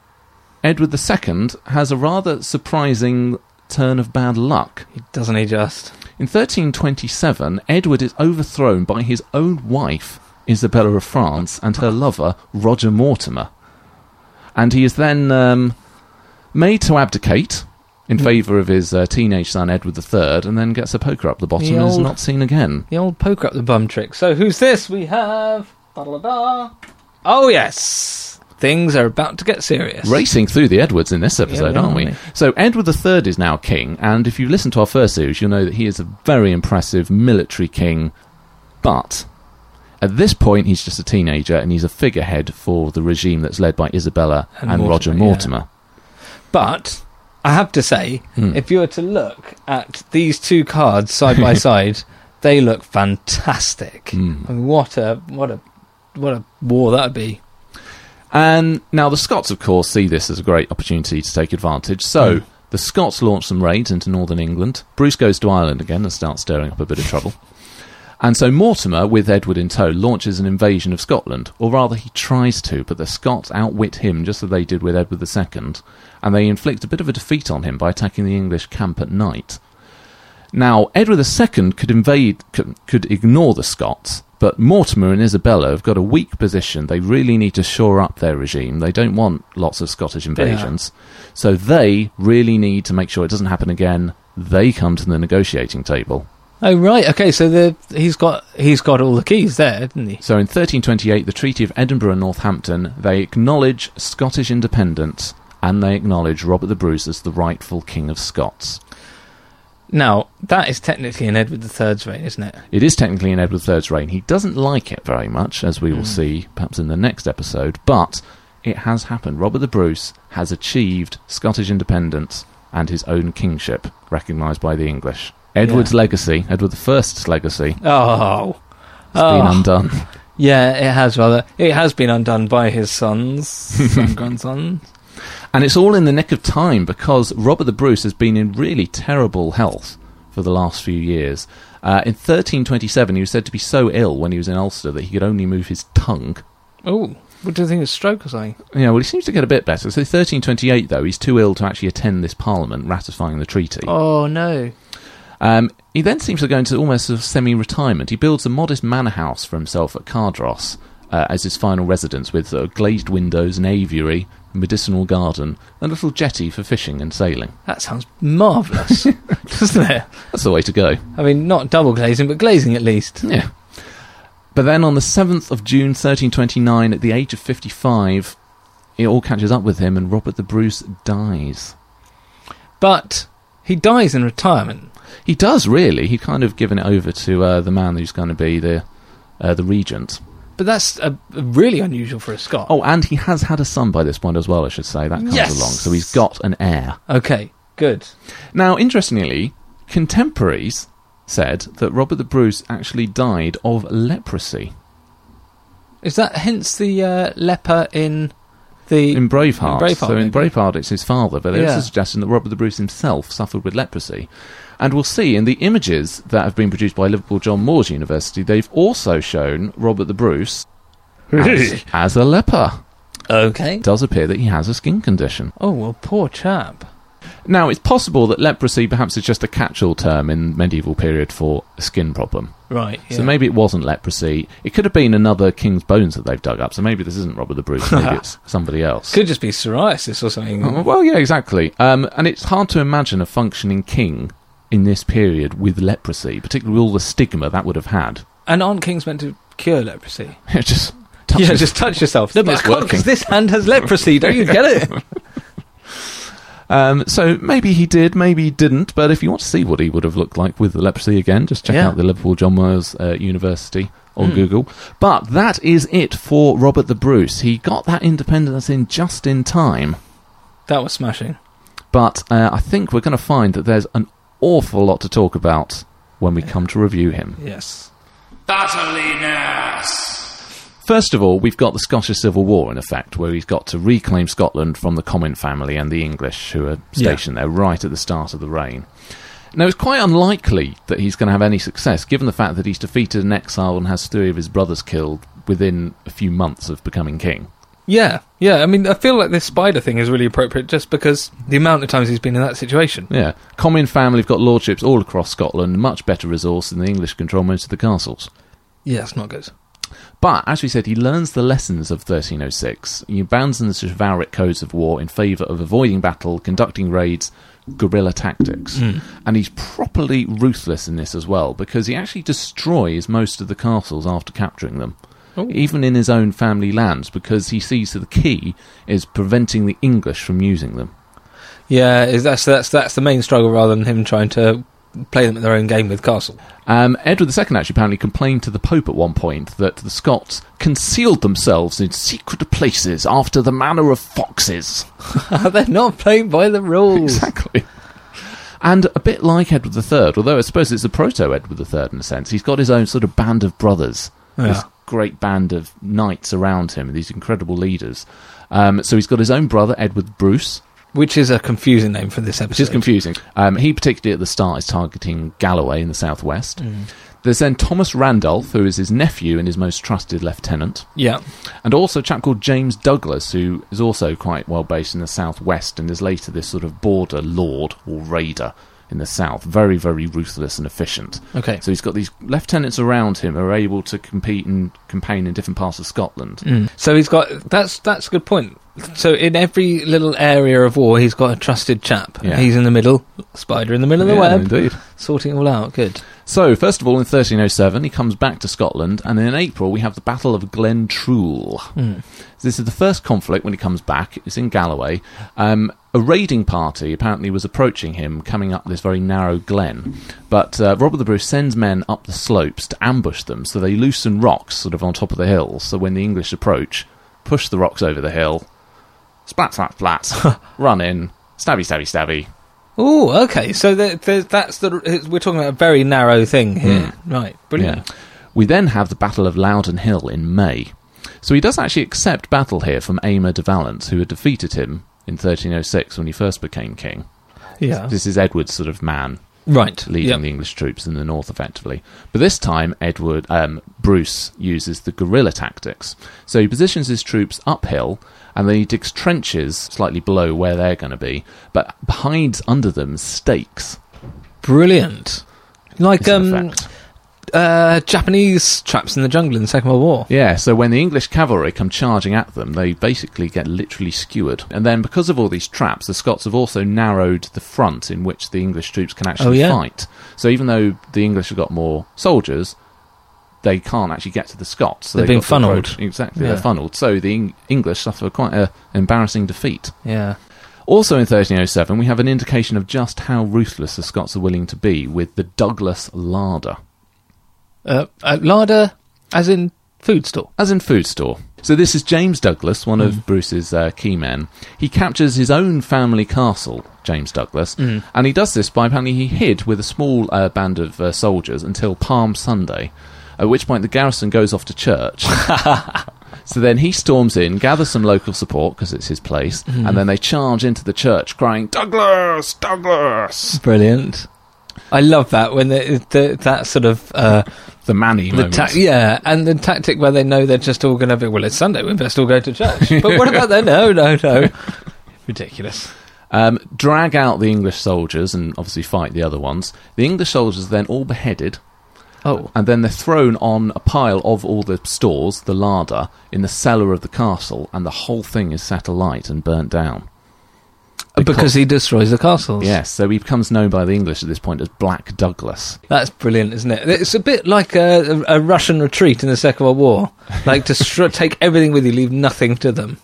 D: Edward II has a rather surprising turn of bad luck.
E: Doesn't he just?
D: In 1327, Edward is overthrown by his own wife, Isabella of France, and her lover, Roger Mortimer. And he is then um, made to abdicate
E: Hmm.
D: in favour of his uh, teenage son Edward III, and then gets a poker up the bottom
E: The
D: and is
E: old-
D: not seen again.
E: The old poker up the bum trick. So who's this? We have. Da, da, da. Oh yes, things are about to get serious.
D: Racing through the Edwards in this episode,
E: we are,
D: aren't we?
E: aren't we?
D: So Edward III is now king, and if you listen to our first series, you'll know that he is a very impressive military king, but at this point he's just a teenager and he's a figurehead for the regime that's led by Isabella and,
E: And Mortimer,
D: Roger
E: yeah.
D: Mortimer.
E: But I have to say, if you were to look at these two cards side by side, they look fantastic.
D: Hmm.
E: I mean, what a what a what a war that would be.
D: And now the Scots, of course, see this as a great opportunity to take advantage.
E: Hmm.
D: So the Scots launch some raids into northern England. Bruce goes to Ireland again and starts stirring up a bit of trouble. And so Mortimer, with Edward in tow, launches an invasion of Scotland, or rather he tries to, but the Scots outwit him just as they did with Edward II, and they inflict a bit of a defeat on him by attacking the English camp at night. Now, Edward II could invade, could, could ignore the Scots, but Mortimer and Isabella have got a weak position. They really need to shore up their regime. They don't want lots of Scottish invasions. So they really need to make sure it doesn't happen again. They come to the negotiating table.
E: Oh right, okay. So the, he's got he's got all the keys there, didn't he?
D: So in 1328, the Treaty of Edinburgh and Northampton, they acknowledge Scottish independence and they acknowledge Robert the Bruce as the rightful King of Scots.
E: Now that is technically in Edward III's reign, isn't it?
D: It is technically in Edward III's reign. He doesn't like it very much, as we will see perhaps in the next episode, but it has happened. Robert the Bruce has achieved Scottish independence and his own kingship, recognised by the English. Edward's legacy, Edward I's legacy, has
E: Oh,
D: been undone.
E: yeah, it has rather. It has been undone by his sons and grandsons.
D: And it's all in the nick of time because Robert the Bruce has been in really terrible health for the last few years. Uh, in 1327, he was said to be so ill when he was in Ulster that he could only move his tongue.
E: Oh, what do you think? A stroke or something?
D: Yeah, well, he seems to get a bit better. So 1328, though, he's too ill to actually attend this parliament ratifying the treaty.
E: Oh no.
D: Um, he then seems to go into almost a semi retirement. He builds a modest manor house for himself at Cardross uh, as his final residence with uh, glazed windows, an aviary, medicinal garden, and a little jetty for fishing and sailing.
E: That sounds marvellous, doesn't it?
D: That's the way to go.
E: I mean, not double glazing, but glazing at least.
D: Yeah. But then on the 7th of June 1329, at the age of 55, it all catches up with him and Robert the Bruce dies.
E: But he dies in retirement.
D: He does, really. He kind of given it over to uh, the man who's going to be the, uh, the regent.
E: But that's uh, really unusual for a Scot.
D: Oh, and he has had a son by this point as well, I should say. That comes
E: Yes!
D: along. So he's got an heir.
E: okay, good.
D: Now, interestingly, contemporaries said that Robert the Bruce actually died of leprosy
E: Is that hence the uh, leper in the?
D: in Braveheart.
E: In Braveheart,
D: so in
E: maybe.
D: Braveheart, it's his father, but there's
E: Yeah.
D: a suggestion that Robert the Bruce himself suffered with leprosy. And we'll see in the images that have been produced by Liverpool John Moores University, they've also shown Robert the
E: *laughs*
D: Bruce as, as a leper.
E: okay.
D: It does appear that he has a skin condition.
E: Oh well, poor chap.
D: Now, it's possible that leprosy perhaps is just a catch-all term in medieval period for a skin problem.
E: Right.
D: So
E: yeah.
D: maybe it wasn't leprosy. It could have been another king's bones that they've dug up. So maybe this isn't Robert the Bruce.
E: *laughs*
D: Maybe it's somebody else.
E: could just be psoriasis or something.
D: Oh, Well, yeah, exactly. Um, and it's hard to imagine a functioning king in this period with leprosy, particularly with all the stigma that would have had. *laughs*
E: And aren't kings meant to cure leprosy?
D: It just touches.
E: *laughs* yeah, just touch yourself. No, but
D: It's
E: I can't 'cause
D: working.
E: this hand has leprosy. Don't you get it? *laughs*
D: Um, so maybe he did, maybe he didn't. But if you want to see what he would have looked like with the leprosy again, just check
E: Yeah.
D: out the Liverpool John Moores uh, University on Google. But that is it for Robert the Bruce. He got that independence in just in time.
E: that was smashing.
D: But uh, I think we're going to find that there's an awful lot to talk about when we come to review him.
E: Yes.
C: Battliness!
D: First of all, we've got the Scottish Civil War in effect, where he's got to reclaim Scotland from the Common family and the English, who are
E: Yeah.
D: stationed there right at the start of the reign. Now, it's quite unlikely that he's going to have any success, given the fact that he's defeated and exiled and has three of his brothers killed within a few months of becoming king.
E: Yeah, yeah. I mean, I feel like this spider thing is really appropriate just because the amount of times he's been in that situation.
D: Yeah. Common family have got lordships all across Scotland, much better resourced, and the English control most of the castles.
E: Yeah, it's not good.
D: But as we said, he learns the lessons of 1306. He abandons the chivalric codes of war in favour of avoiding battle, conducting raids, guerrilla tactics. And he's properly ruthless in this as well, because he actually destroys most of the castles after capturing them. Even in his own family lands, because he sees that the key is preventing the English from using them.
E: Yeah, is that's that's that's the main struggle rather than him trying to play them at their own game with Castle.
D: Um, Edward II actually apparently complained to the Pope at one point that the Scots concealed themselves in secret places after the manner of foxes.
E: *laughs* They're not playing by the rules.
D: Exactly. And a bit like Edward III, although I suppose it's a proto Edward III in a sense, he's got his own sort of band of brothers. This great band of knights around him, these incredible leaders. Um, so he's got his own brother, Edward Bruce,
E: Which is a confusing name for this episode.
D: which is confusing. Um, he particularly at the start is targeting Galloway in the southwest. There's then Thomas Randolph, who is his nephew and his most trusted lieutenant,
E: Yeah.
D: and also a chap called James Douglas, who is also quite well based in the southwest and is later this sort of border lord or raider in the south. Very, very ruthless and efficient.
E: Okay.
D: So he's got these lieutenants around him who are able to compete and campaign in different parts of Scotland.
E: So he's got that's that's a good point. So in every little area of war, he's got a trusted chap.
D: Yeah.
E: He's in the middle, spider in the middle of the
D: Yeah,
E: web,
D: indeed.
E: sorting it all out. Good.
D: So, first of all, in 1307, he comes back to Scotland, and in April, we have the Battle of Glen Truel. This is the first conflict when he comes back. It's in Galloway. Um, a raiding party apparently was approaching him, coming up this very narrow glen. But uh, Robert the Bruce sends men up the slopes to ambush them, so they loosen rocks sort of on top of the hill. So when the English approach, push the rocks over the hill, splat, splat, splat, run in, stabby, stabby, stabby.
E: Oh, okay. So the, the, that's the we're talking about a very narrow thing here,
D: Hmm.
E: right? Brilliant.
D: Yeah. We then have the Battle of Loudon Hill in May. So he does actually accept battle here from Aymer de Valence, who had defeated him in 1306 when he first became king.
E: Yeah.
D: This is Edward's sort of man
E: Right.
D: leading
E: Yep.
D: the English troops in the north effectively. But this time, Edward um, Bruce uses the guerrilla tactics. So he positions his troops uphill, and then he digs trenches slightly below where they're going to be, but hides under them stakes.
E: Brilliant. Like
D: is an
E: um,
D: effect.
E: uh, Japanese traps in the jungle in the Second World War.
D: Yeah, so when the English cavalry come charging at them, they basically get literally skewered. And then because of all these traps, the Scots have also narrowed the front in which the English troops can actually
E: Oh, yeah.
D: fight. So even though the English have got more soldiers, they can't actually get to the Scots. So
E: They're
D: they've
E: being
D: got to approach-
E: funnelled.
D: Exactly,
E: Yeah.
D: they're funneled. So the Eng- English suffer quite a, an embarrassing defeat.
E: Yeah.
D: Also in 1307, we have an indication of just how ruthless the Scots are willing to be with the Douglas larder.
E: Uh, uh, larder, as in food store.
D: as in food store. So this is James Douglas, one
E: Hmm.
D: of Bruce's uh, key men. He captures his own family castle, James Douglas,
E: Hmm.
D: and he does this by apparently he hid with a small uh, band of uh, soldiers until Palm Sunday, at which point the garrison goes off to
E: *laughs*
D: church. so then he storms in, gathers some local support because it's his place,
E: Hmm.
D: and then they charge into the church, crying "Douglas, Douglas!"
E: Brilliant. I love that when the, the, that sort of uh,
D: The Manny
E: the
D: moment.
E: ta- yeah, and the tactic where they know they're just all going to be well, it's Sunday, we best all go to church. But what about that? No, no, no. *laughs* Ridiculous.
D: um, drag out the English soldiers and obviously fight the other ones. The English soldiers are then all beheaded.
E: Oh,
D: and then they're thrown on a pile of all the stores, the larder, in the cellar of the castle, and the whole thing is set alight and burnt down.
E: because, he destroys the castles.
D: Yes, so he becomes known by the English at this point as Black Douglas.
E: That's brilliant, isn't it? It's a bit like a, a Russian retreat in the Second World War, like to str- *laughs* take everything with you, leave nothing to them.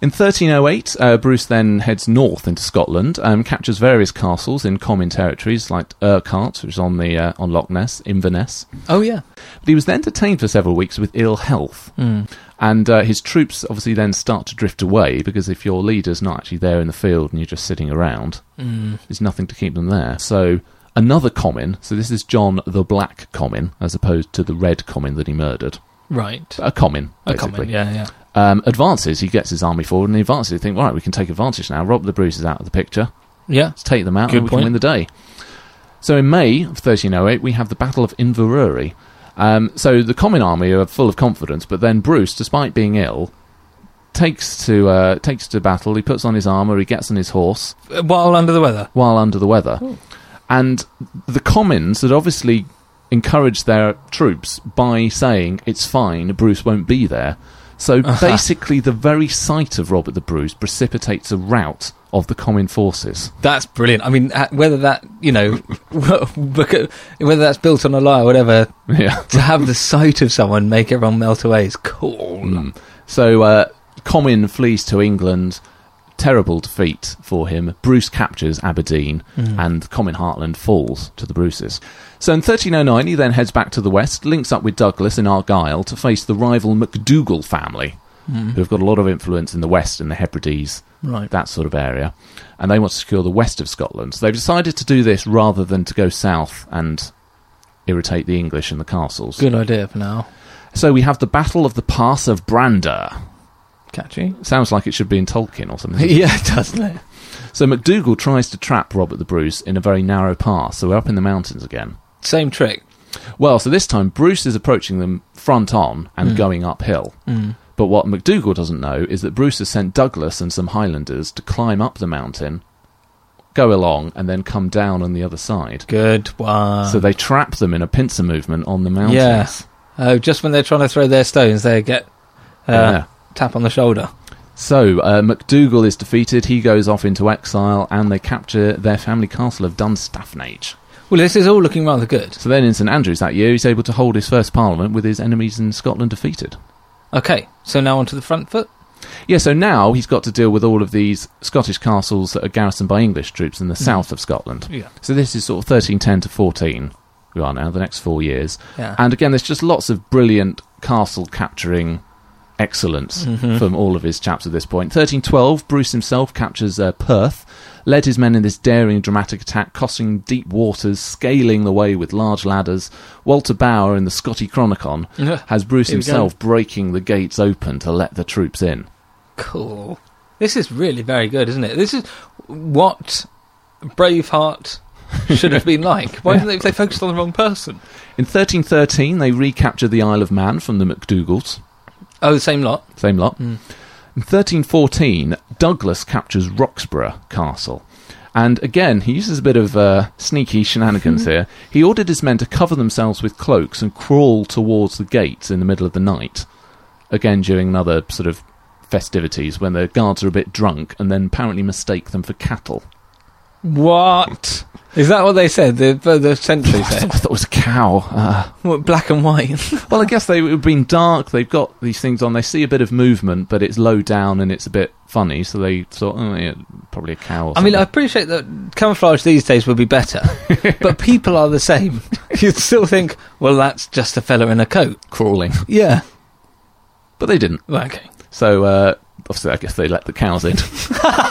D: In 1308, uh, Bruce then heads north into Scotland, um, captures various castles in common territories like Urquhart, which is on the uh, on Loch Ness, Inverness.
E: Oh yeah,
D: But he was then detained for several weeks with ill health.
E: Hmm.
D: And uh, his troops obviously then start to drift away because if your leader's not actually there in the field and you're just sitting around,
E: Hmm.
D: there's nothing to keep them there. So another Common, so this is John the Black Common as opposed to the Red Common that he murdered.
E: right.
D: A Common,
E: A
D: basically.
E: comment, yeah, yeah.
D: Um, advances, he gets his army forward and he advances. They think, right, we can take advantage now. Rob the Bruce is out of the picture.
E: Yeah,
D: Let's take them out
E: Good
D: and we
E: point.
D: can win the day. So in May of 1308, we have the Battle of Inverurie. Um, so the common army are full of confidence, but then Bruce, despite being ill, takes to uh, takes to battle. He puts on his armour, he gets on his horse
E: while under the weather.
D: while under the weather, and the commons had obviously encourage their troops by saying it's fine, Bruce won't be there.
E: *laughs*
D: So basically, the very sight of Robert the Bruce precipitates a rout of the common forces. *laughs*
E: That's brilliant. I mean, uh, whether that you know, *laughs* beca- whether that's built on a lie or whatever,
D: Yeah.
E: to have the sight of someone make everyone melt away is cool.
D: So uh, Comin flees to England. Terrible defeat for him. Bruce captures Aberdeen,
E: Mm.
D: and Comin Heartland falls to the Bruces. So in 1309, he then heads back to the west, links up with Douglas in Argyll to face the rival MacDougall family, who've got a lot of influence in the west in the Hebrides,
E: Mm. Right.
D: that sort of area, and they want to secure the west of Scotland. So they've decided to do this rather than to go south and irritate the English in the castles.
E: Good idea for now.
D: So we have the Battle of the Pass of Brander.
E: Catchy.
D: Sounds like it should be in Tolkien or something. *laughs*
E: *laughs* yeah, doesn't it?
D: So MacDougall tries to trap Robert the Bruce in a very narrow pass, so we're up in the mountains again.
E: Same trick.
D: Well, so this time Bruce is approaching them front on and going uphill. But what MacDougall doesn't know is that Bruce has sent Douglas and some Highlanders to climb up the mountain, go along, and then come down on the other side.
E: Good one.
D: So they trap them in a pincer movement on the mountains.
E: yeah. Oh, just when they're trying to throw their stones, they get uh,
D: Yeah.
E: tap on the shoulder.
D: So uh, MacDougall is defeated. He goes off into exile, and they capture their family castle of Dunstaffnage.
E: Well, this is all looking rather good.
D: So then in St Andrews that year, he's able to hold his first parliament with his enemies in Scotland defeated.
E: Okay, so now onto the front foot.
D: Yeah, so now he's got to deal with all of these Scottish castles that are garrisoned by English troops in the south of Scotland.
E: Yeah.
D: So this is sort of 1310 to 14, we are now, the next four years.
E: Yeah.
D: *laughs* And again, there's just lots of brilliant castle capturing excellence
E: Mm-hmm.
D: from all of his chaps at this point. 1312, Bruce himself captures uh, Perth, led his men in this daring, dramatic attack, crossing deep waters, scaling the way with large ladders. Walter Bauer in the Scotty Chronicon
E: Yeah.
D: has Bruce
E: *laughs* Here we go.
D: himself breaking the gates open to let the troops in.
E: Cool. This is really very good, isn't it? This is what Braveheart should have been like. Why didn't they, they focused on the wrong person?
D: In 1313, they recapture the Isle of Man from the MacDougals.
E: Oh, the same lot.
D: Same lot.
E: Hmm.
D: In 1314, Douglas captures Roxburgh Castle. And again, he uses a bit of uh, sneaky
E: *laughs*
D: shenanigans here. He ordered his men to cover themselves with cloaks and crawl towards the gates in the middle of the night. Again, during another sort of festivities when the guards are a bit drunk and then apparently mistake them for cattle.
E: What? Is that what they said? The, the, the sentry
D: I
E: said?
D: thought it was a cow. Uh,
E: *laughs* What, black and white.
D: Well, I guess they have been dark. They've got these things on. They see a bit of movement, but it's low down and it's a bit funny. So they thought, oh, yeah, probably a cow. Or
E: I mean, I
D: something.
E: appreciate that camouflage these days would be *laughs* better, but people are the *laughs* same. You'd still think, well, that's just a fella in a coat.
D: crawling, *laughs*
E: Yeah.
D: but they didn't.
E: Okay.
D: So uh, obviously, I guess they let the cows in.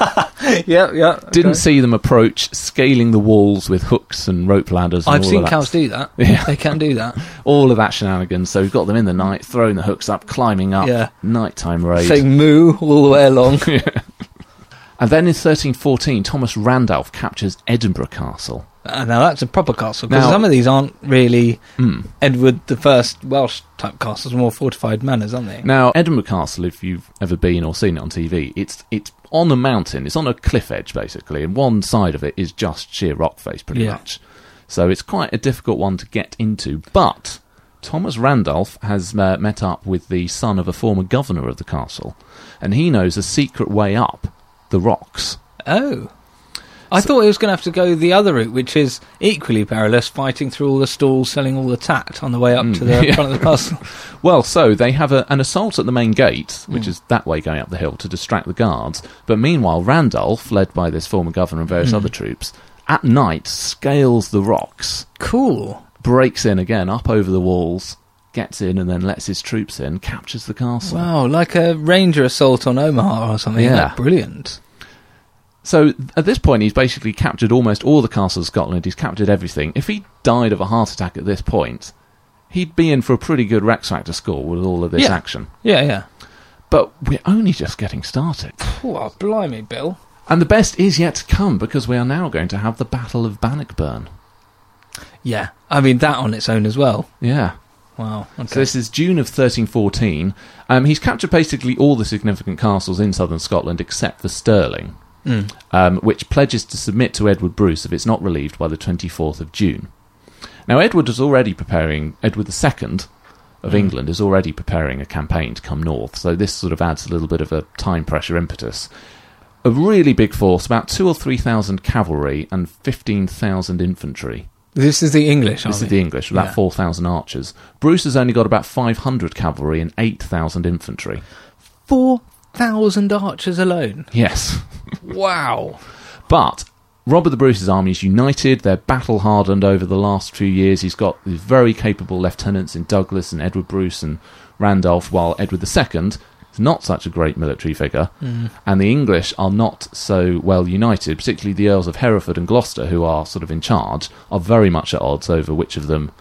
D: *laughs*
E: Yeah, yeah.
D: didn't see them approach, scaling the walls with hooks and rope ladders. And
E: I've
D: all
E: seen
D: of that.
E: cows do that.
D: Yeah.
E: They can do *laughs* that.
D: all of that shenanigans. So we got them in the night, throwing the hooks up, climbing up.
E: Yeah.
D: Nighttime raid.
E: Saying moo all the way along.
D: And then in 1314, Thomas Randolph captures Edinburgh Castle.
E: Uh, now that's a proper castle because
D: Now-
E: some of these aren't really Edward the First Welsh type castles, more fortified manors, aren't they?
D: Now, Edinburgh Castle, if you've ever been or seen it on TV, it's it's on a mountain. It's on a cliff edge, basically, and one side of it is just sheer rock face, pretty
E: Yeah.
D: much. So it's quite a difficult one to get into. But Thomas Randolph has uh, met up with the son of a former governor of the castle, and he knows a secret way up the rocks.
E: Oh, I thought he was going to have to go the other route, which is equally perilous, fighting through all the stalls, selling all the tat on the way up to *laughs* the
D: yeah.
E: front of the castle.
D: Well, so they have a, an assault at the main gate, which
E: Hmm.
D: is that way going up the hill to distract the guards. But meanwhile, Randolph, led by this former governor and
E: Hmm.
D: various other troops, at night scales the rocks,
E: Cool.
D: breaks in again up over the walls, gets in, and then lets his troops in, captures the castle.
E: Wow, like a ranger assault on Omaha or something.
D: Yeah.
E: That's brilliant.
D: So th- at this point, he's basically captured almost all the castles of Scotland. He's captured everything. If he died of a heart attack at this point, he'd be in for a pretty good Rex Factor score with all of this
E: Yeah.
D: action.
E: Yeah, yeah.
D: But we're only just getting started.
E: Oh, blimey, Bill.
D: And the best is yet to come because we are now going to have the Battle of Bannockburn.
E: Yeah, I mean that on its own as well.
D: Yeah.
E: Wow. Okay.
D: So this is June of 1314. Um, he's captured basically all the significant castles in southern Scotland except for Stirling, um, which pledges to submit to Edward Bruce if it's not relieved by the 24th of June. Now, Edward is already preparing, Edward II of England is already preparing a campaign to come north, so this sort of adds a little bit of a time pressure impetus. A really big force, about two or three thousand cavalry and fifteen thousand infantry.
E: This is the English.
D: This is
E: army.
D: the English, about
E: Yeah.
D: 4,000 archers. Bruce has only got about 500 cavalry and 8,000 infantry.
E: four thousand archers alone.
D: Yes.
E: Wow.
D: *laughs* But Robert the Bruce's army is united. They're battle hardened over the last few years. He's got these very capable lieutenants in Douglas and Edward Bruce and Randolph, while Edward II is not such a great military figure. And the English are not so well united, particularly the Earls of Hereford and Gloucester, who are sort of in charge, are very much at odds over which of them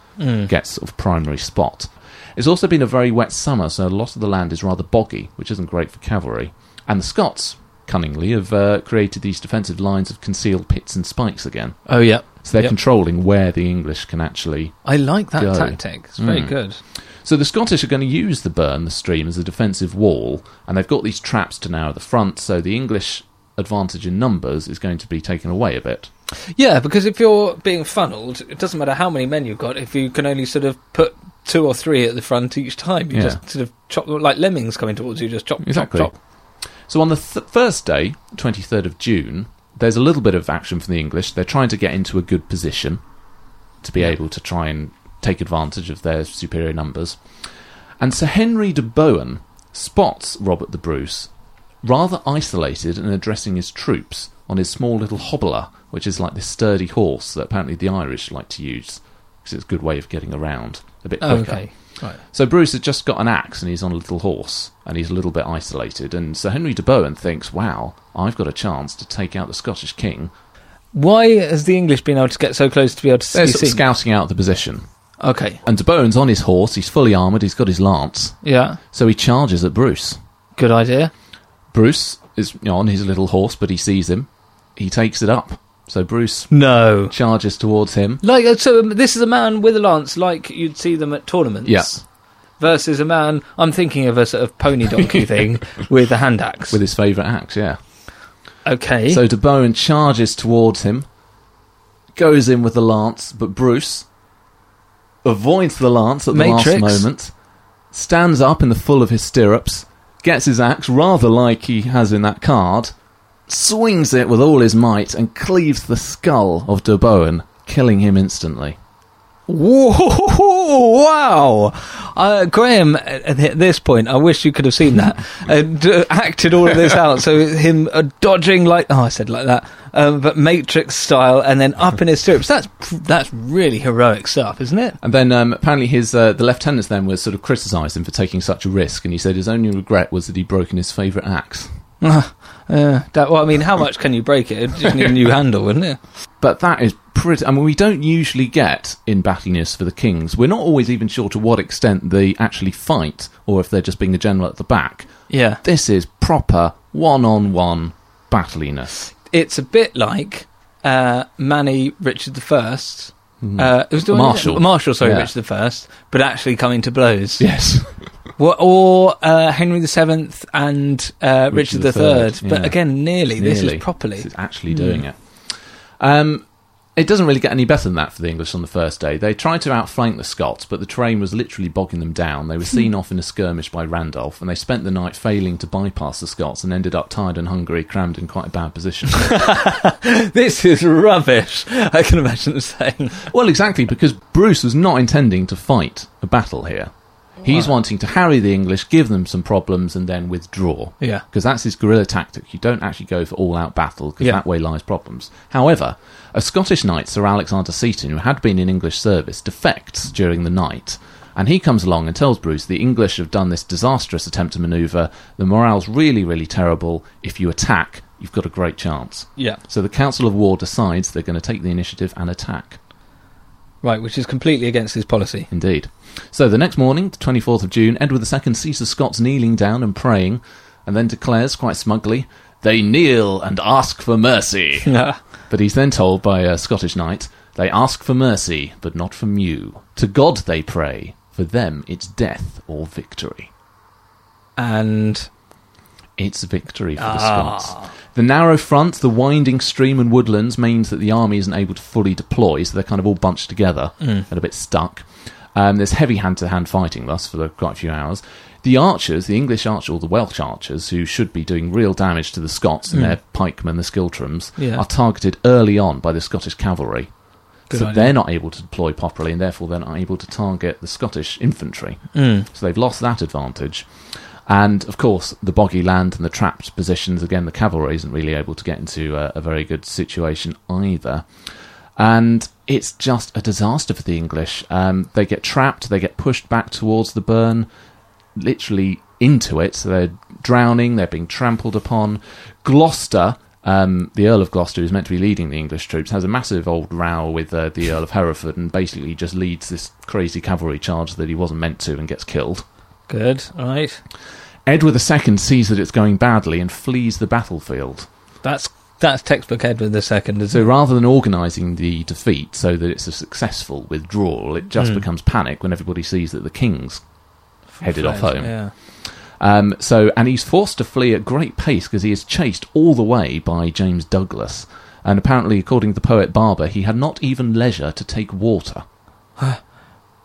D: gets sort of primary spot. It's also been a very wet summer, so a lot of the land is rather boggy, which isn't great for cavalry. And the Scots, cunningly, have uh, created these defensive lines of concealed pits and spikes again.
E: Oh yeah.
D: So they're
E: Yep.
D: controlling where the English can actually.
E: I like that
D: Go. Hmm.
E: tactic. It's very good.
D: So the Scottish are going to use the burn, the stream, as a defensive wall, and they've got these traps to now at the front, so the English advantage in numbers is going to be taken away a bit.
E: Yeah, because if you're being funneled, it doesn't matter how many men you've got. If you can only sort of put two or three at the front each time, you
D: Yeah.
E: just sort of chop like lemmings coming towards you. Just chop,
D: Exactly.
E: chop, chop.
D: So on the th- first day, 23rd of June, there's a little bit of action from the English. They're trying to get into a good position to be able to try and take advantage of their superior numbers. And Sir Henry de Bowen spots Robert the Bruce rather isolated and addressing his troops on his small little hobbler, which is like this sturdy horse that apparently the Irish like to use because it's a good way of getting around a bit
E: Oh,
D: quicker.
E: okay. Right.
D: So Bruce has just got an axe and he's on a little horse and he's a little bit isolated. And Sir Henry de Bowen thinks, wow, I've got a chance to take out the Scottish king.
E: Why has the English been able to get so close to be able to
D: They're
E: see?
D: sort of scouting out the position.
E: okay.
D: And de Bowen's on his horse, he's fully armoured, he's got his lance.
E: Yeah.
D: So he charges at Bruce.
E: Good idea.
D: Bruce is you know, on his little horse, but he sees him. He takes it up. So Bruce
E: No.
D: charges towards him.
E: Like uh, so, um, this is a man with a lance, like you'd see them at tournaments.
D: Yeah.
E: Versus a man, I'm thinking of a sort of
D: *laughs*
E: pony donkey thing with a hand axe.
D: With his favourite axe, yeah.
E: okay.
D: So de Bowen charges towards him, goes in with the lance, but Bruce avoids the lance at the
E: Matrix.
D: last moment, stands up in the full of his stirrups, gets his axe rather like he has in that card, swings it with all his might, and cleaves the skull of de Bowen, killing him instantly.
E: Whoa, wow. Uh, Graham, at at this point, I wish you could have seen that,
D: *laughs*
E: uh, d- acted all of this out. So him uh, dodging like, oh, I said like that, um, but Matrix style, and then up in his stirrups. That's pr- that's really heroic stuff, isn't it?
D: And then um, apparently his uh, the lieutenants then were sort of criticised him for taking such a risk, and he said his only regret was that he'd broken his favourite axe.
E: Uh, that, well, I mean, how much can you break it? It'd just need a new handle, wouldn't it?
D: But that is pretty. I mean, we don't usually get in battliness for the kings. We're not always even sure to what extent they actually fight or if they're just being a general at the back.
E: Yeah.
D: This is proper one on one battliness.
E: It's a bit like uh, Manny Richard I. Uh, it was the
D: Mm-hmm. Marshall.
E: Marshall, sorry,
D: Yeah.
E: Richard I, but actually coming to
D: *laughs*
E: blows.
D: Yes.
E: Well, or uh, Henry the Seventh and uh,
D: Richard
E: Richard,
D: the
E: the
D: Third,
E: Third, but
D: yeah.
E: again, nearly. This
D: Nearly.
E: is properly. Hmm.
D: This is actually doing it. Um, it doesn't really get any better than that for the English on the first day. They tried to outflank the Scots, but the terrain was literally bogging them down. They were seen
E: Hmm.
D: off in a skirmish by Randolph, and they spent the night failing to bypass the Scots and ended up tired and hungry, crammed in quite a bad
E: *laughs*
D: position.
E: *laughs* This is rubbish. I can imagine them saying.
D: Well, exactly, because Bruce was not intending to fight a battle here. He's wanting to harry the English, give them some problems, and then withdraw.
E: Yeah.
D: Because that's his guerrilla tactic. You don't actually go for all out battle, because
E: Yeah.
D: that way lies problems. However, a Scottish knight, Sir Alexander Seaton, who had been in English service, defects during the night. And he comes along and tells Bruce the English have done this disastrous attempt to manoeuvre. The morale's really, really terrible. If you attack, you've got a great chance.
E: Yeah.
D: So the Council of War decides they're going to take the initiative and attack.
E: Right, which is completely against his policy.
D: Indeed. So the next morning, the 24th of June, Edward II sees the Scots kneeling down and praying, and then declares, quite smugly, They kneel and ask for mercy.
E: Yeah.
D: but he's then told by a Scottish knight, They ask for mercy, but not from you. To God they pray. For them, it's death or victory.
E: And
D: It's victory for the Scots. The narrow front, the winding stream, and woodlands means that the army isn't able to fully deploy, so they're kind of all bunched together and a bit stuck. Um, there's heavy hand to hand fighting thus for quite a few hours. The archers, the English archers or the Welsh archers, who should be doing real damage to the Scots and their pikemen, the Skiltrums,
E: Yeah.
D: are targeted early on by the Scottish cavalry.
E: Good
D: so
E: idea.
D: they're not able to deploy properly and therefore they're not able to target the Scottish infantry.
E: Hmm.
D: So they've lost that advantage. And of course, the boggy land and the trapped positions, again, the cavalry isn't really able to get into a, a very good situation either. And it's just a disaster for the English. Um, they get trapped, they get pushed back towards the burn, literally into it. So they're drowning, they're being trampled upon. Gloucester, um, the Earl of Gloucester, who's meant to be leading the English troops, has a massive old row with uh, the Earl of Hereford and basically just leads this crazy cavalry charge that he wasn't meant to and gets killed.
E: Good. All right.
D: Edward II sees that it's going badly and flees the battlefield.
E: That's that's textbook Edward the Second,
D: So
E: isn't it?
D: rather than organising the defeat so that it's a successful withdrawal, it just becomes panic when everybody sees that the king's headed off home.
E: Yeah.
D: Um, so, and he's forced to flee at great pace because he is chased all the way by James Douglas. And apparently, according to the poet Barber, he had not even leisure to take water.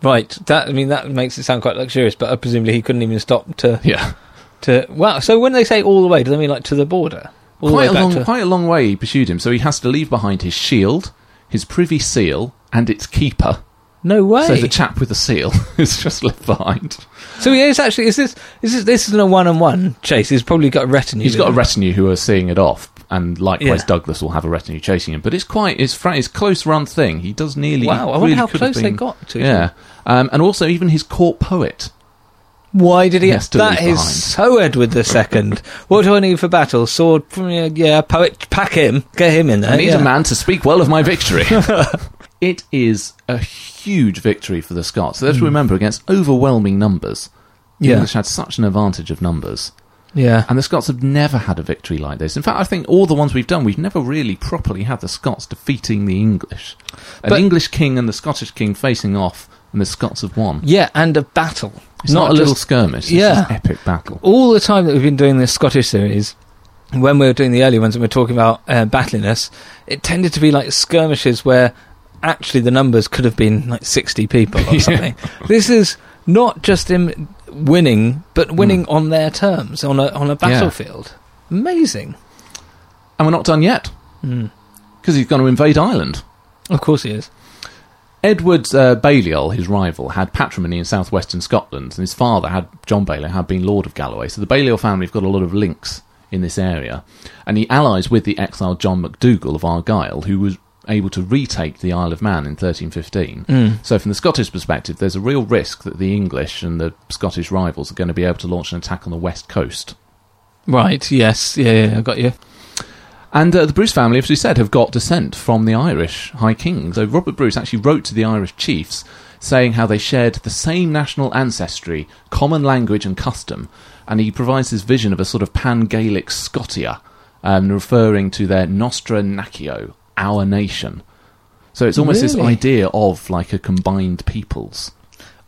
E: Right. That I mean that makes it sound quite luxurious, but uh, presumably he couldn't even stop to
D: Yeah.
E: to. Wow. So when they say all the way, do they mean like to the border? All the
D: quite
E: way
D: a
E: back
D: long,
E: to-
D: quite a long way he pursued him. So he has to leave behind his shield, his privy seal, and its keeper.
E: no way.
D: So the chap with the seal *laughs* is just left behind.
E: So he is actually is this is this this isn't a one on one chase. He's probably got a retinue.
D: He's
E: with
D: got a
E: him.
D: retinue who are seeing it off, and likewise
E: Yeah.
D: Douglas will have a retinue chasing him. But it's quite it's fra- it's close run thing. He does nearly
E: Wow, I wonder
D: really
E: how
D: could have
E: close they
D: been-
E: got to each
D: Yeah, um, and also even his court poet.
E: Why did he?
D: Yes, to
E: that
D: leave
E: is
D: behind.
E: so Edward the Second. what do I need for battle? Sword? mm, Yeah, yeah, poet. Pack him. Get him in there.
D: I need
E: Uh, yeah.
D: a man to speak well of my
E: *laughs*
D: victory. *laughs* it is a huge victory for the Scots. So let's remember against overwhelming numbers. The
E: Hmm. Yeah.
D: English had such an advantage of numbers.
E: Yeah.
D: And the Scots have never had a victory like this. In fact, I think all the ones we've done, we've never really properly had the Scots defeating the English. An
E: But-
D: English king and the Scottish king facing off, and the Scots have won.
E: Yeah, and a battle.
D: It's not, a little
E: just-
D: skirmish, it's
E: yeah.
D: just an epic battle.
E: all the time that we've been doing this Scottish series, when we were doing the early ones and we are talking about uh, battliness, it tended to be like skirmishes where actually the numbers could have been like 60 people *laughs* or something. This is not just him winning, but winning on their terms on a on a battlefield. Amazing.
D: And we're not done yet.
E: Hmm.
D: Because he's going to invade Ireland.
E: Of course he is.
D: Edward uh, Balliol, his rival, had patrimony in southwestern Scotland, and his father, had John Balliol, had been Lord of Galloway. So the Balliol family have got a lot of links in this area, and he allies with the exiled John MacDougall of Argyll, who was able to retake the Isle of Man in 1315. So from the Scottish perspective, there's a real risk that the English and the Scottish rivals are going to be able to launch an attack on the west coast.
E: Right, yes. Yeah, yeah, I got you.
D: And uh, the Bruce family, as we said, have got descent from the Irish High King. So Robert Bruce actually wrote to the Irish chiefs saying how they shared the same national ancestry, common language, and custom. And he provides this vision of a sort of pan Gaelic Scotia, um, referring to their Nostra Nacio, our nation. So it's almost this
E: Really?
D: idea of like a combined peoples.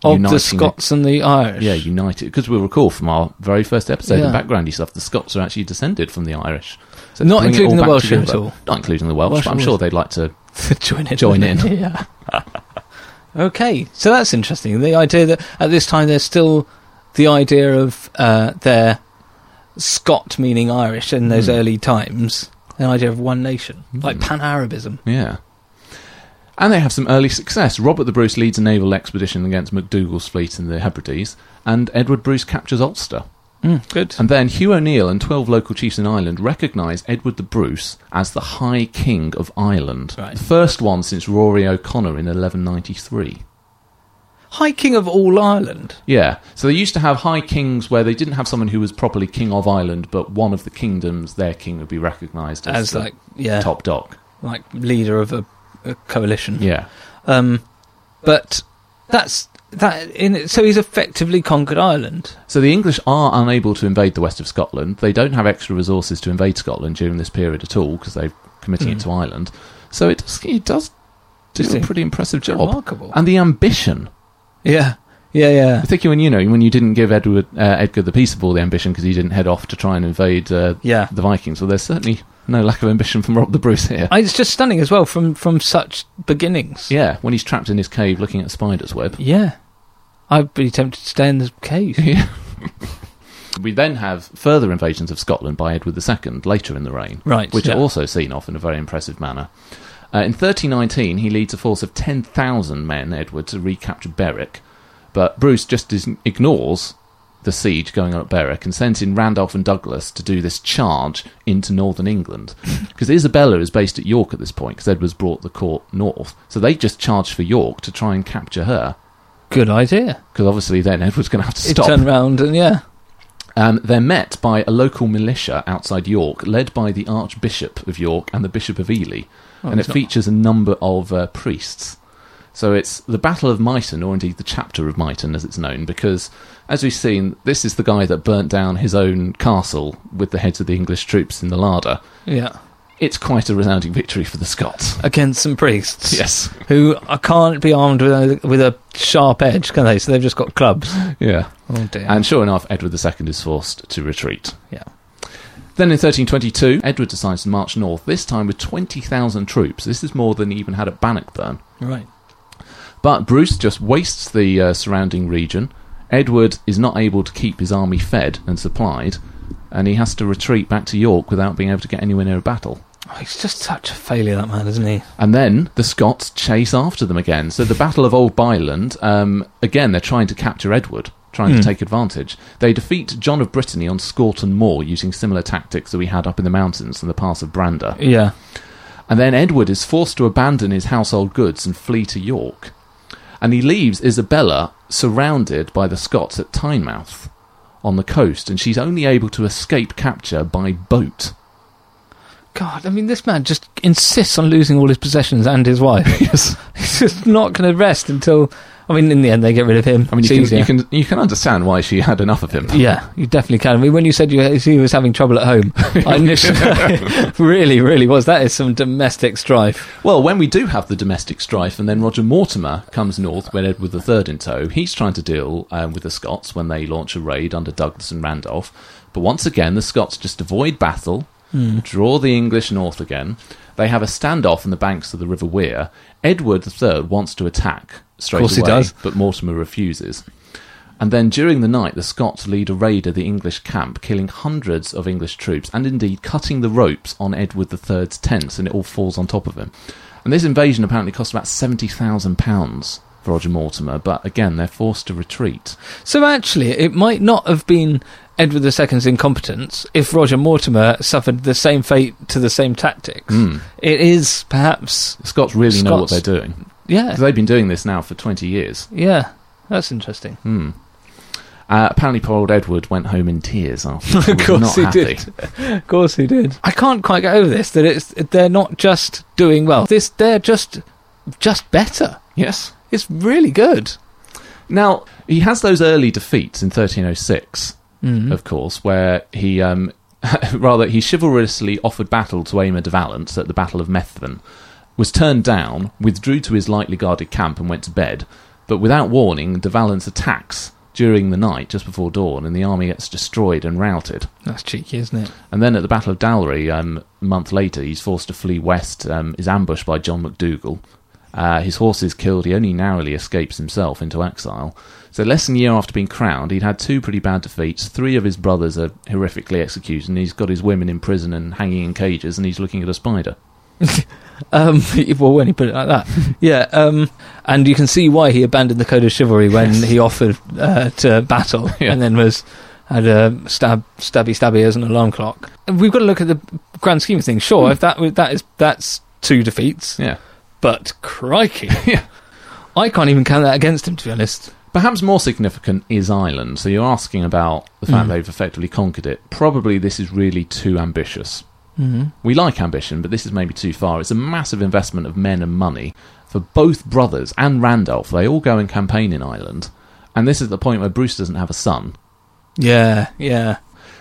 E: Of
D: uniting-
E: the Scots and the Irish.
D: Yeah, united. Because we'll recall from our very first episode of
E: Yeah.
D: backgroundy stuff, the Scots are actually descended from the Irish. So
E: Not
D: bring it
E: including
D: all
E: the
D: back
E: Welsh
D: together.
E: at all.
D: Not including the Welsh,
E: Welsh
D: but I'm
E: and
D: sure
E: Wales.
D: they'd like to.
E: *laughs* join in.
D: Join in.
E: yeah. okay, so that's interesting. The idea that at this time there's still the idea of uh, their Scot meaning Irish in those
D: Hmm.
E: early times, the idea of one nation, like Pan Arabism.
D: Yeah. And they have some early success. Robert the Bruce leads a naval expedition against MacDougall's fleet in the Hebrides, and Edward Bruce captures Ulster.
E: good.
D: And then Hugh O'Neill and 12 local chiefs in Ireland recognise Edward the Bruce as the High King of Ireland.
E: Right.
D: The first one since Rory O'Connor in 1193.
E: High King of all Ireland.
D: Yeah. So they used to have high kings where they didn't have someone who was properly king of Ireland, but one of the kingdoms, their king would be recognised as,
E: As,
D: the
E: like, yeah.
D: top
E: *laughs*
D: dog.
E: like leader of a, a coalition.
D: Yeah.
E: Um, but that's that. In it, so he's effectively conquered Ireland.
D: So the English are unable to invade the west of Scotland. They don't have extra resources to invade Scotland during this period at all because they're committing
E: Hmm.
D: it to Ireland. So it does, it does do
E: Interesting.
D: a pretty impressive job.
E: Remarkable.
D: And the ambition
E: Yeah, Yeah, yeah.
D: I think when you know when you didn't give Edward uh, Edgar the Peaceable the ambition because he didn't head off to try and invade uh,
E: Yeah.
D: the Vikings. Well, there's certainly no lack of ambition from Rob the Bruce here.
E: I, it's just stunning as well from from such beginnings.
D: yeah, when he's trapped in his cave looking at a spider's web. *laughs*
E: Yeah. I'd be tempted to stay in the cave.
D: Yeah. we then have further invasions of Scotland by Edward II later in the reign,
E: Right,
D: which
E: yeah.
D: are also seen off in a very impressive manner. Uh, in 1319, he leads a force of 10,000 men, Edward, to recapture Berwick, but Bruce just is- ignores the siege going on at Berwick and sends in Randolph and Douglas to do this charge into northern England. Because Isabella is based at York at this point, because Edward's brought the court north. So they just charge for York to try and capture her,
E: Good idea.
D: because obviously then Edward's going to have to
E: It
D: stop.
E: turned round and yeah.
D: Um, they're met by a local militia outside York, led by the Archbishop of York and the Bishop of Ely, and it
E: Oh, he's not-
D: features a number of uh, priests. So it's the Battle of Myton, or indeed the Chapter of Myton, as it's known, because as we've seen, this is the guy that burnt down his own castle with the heads of the English troops in the larder.
E: Yeah.
D: It's quite a resounding victory for the Scots. *laughs*
E: Against some priests.
D: Yes.
E: Who uh, can't be armed with a, with a sharp edge, can they? So they've just got clubs.
D: Yeah.
E: Oh dear.
D: And sure enough, Edward II is forced to retreat.
E: yeah.
D: Then in 1322, Edward decides to march north, this time with 20,000 troops. This is more than he even had at Bannockburn.
E: Right.
D: But Bruce just wastes the uh, surrounding region. Edward is not able to keep his army fed and supplied, and he has to retreat back to York without being able to get anywhere near a battle.
E: Oh, he's just such a failure, that man, isn't he?
D: And then the Scots chase after them again. So the Battle of Old Byland, um, again, they're trying to capture Edward,
E: Hmm.
D: trying to take advantage. They defeat John of Brittany on Scorton Moor using similar tactics that we had up in the mountains in the Pass of Brander.
E: Yeah.
D: And then Edward is forced to abandon his household goods and flee to York. And he leaves Isabella surrounded by the Scots at Tynemouth on the coast, and she's only able to escape capture by boat.
E: God, I mean, this man just insists on losing all his possessions and his wife.
D: *laughs*
E: yes. He's just not going to rest until. I mean, in the end, they get rid of him.
D: I mean,
E: It's
D: you can,
E: easier.
D: you, can, you can understand why she had enough of him.
E: Yeah, you definitely can. I mean, when you said you, he was having trouble at *laughs* home, I initially- really, really was. That is some domestic strife.
D: Well, when we do have the domestic strife, and then Roger Mortimer comes north with Edward III in tow, he's trying to deal um, with the Scots when they launch a raid under Douglas and Randolph. But once again, the Scots just avoid battle,
E: Hmm.
D: draw the English north again. They have a standoff on the banks of the River Weir. Edward III wants to attack straight
E: course he
D: away,
E: does.
D: but Mortimer refuses. And then during the night, the Scots lead a raid of the English camp, killing hundreds of English troops and indeed cutting the ropes on Edward III's tents, and it all falls on top of him. And this invasion apparently cost about £70,000 for Roger Mortimer, but again, they're forced to retreat.
E: So actually, it might not have been Edward II's incompetence if Roger Mortimer suffered the same fate to the same tactics. It is perhaps,
D: Hmm. The Scots really know what they're
E: Scots.
D: doing. 'Cause
E: yeah,
D: They've been doing this now for 20 years. Hmm.
E: yeah. That's interesting.
D: Uh, apparently, poor old Edward went home in tears after.
E: *laughs* Of
D: was
E: course
D: not
E: he
D: happy.
E: did. Of course he did. I can't quite get over this that it's they're not just doing well. This they're just just better.
D: Yes.
E: It's really good.
D: Now, he has those early defeats in 1306,
E: Mm-hmm. Hmm.
D: of course, where he, um, *laughs* rather, he chivalrously offered battle to Aymer de Valence at the Battle of Methven, was turned down, withdrew to his lightly guarded camp, and went to bed. But without warning, de Valence attacks during the night, just before dawn, and the army gets destroyed and routed.
E: That's cheeky, isn't it?
D: And then at the Battle of Dalry, um, a month later, he's forced to flee west, um, is ambushed by John McDougall. Uh, his horse is killed, he only narrowly escapes himself into exile. So, less than a year after being crowned, he'd had two pretty bad defeats. Three of his brothers are horrifically executed, and he's got his women in prison and hanging in cages, and he's looking at a spider.
E: Um, *laughs* well, when he put it like that,
D: *laughs*
E: yeah. Um, and you can see why he abandoned the code of chivalry when he offered uh, to battle,
D: *laughs* Yeah.
E: and then was had a stab, stabby, stabby as an alarm clock. We've got to look at the grand scheme of things. Sure, if that that is that's two defeats,
D: Hmm. Yeah.
E: but crikey,
D: *laughs* Yeah.
E: I can't even count that against him. To be honest,
D: Perhaps more significant is Ireland. So, you're asking about the fact they've effectively conquered it. Probably this is really too ambitious. We like ambition, but this is maybe too far. It's a massive investment of men and money for both brothers and Randolph. They all go and campaign in Ireland. And this is the point where Bruce doesn't have a son.
E: yeah, yeah.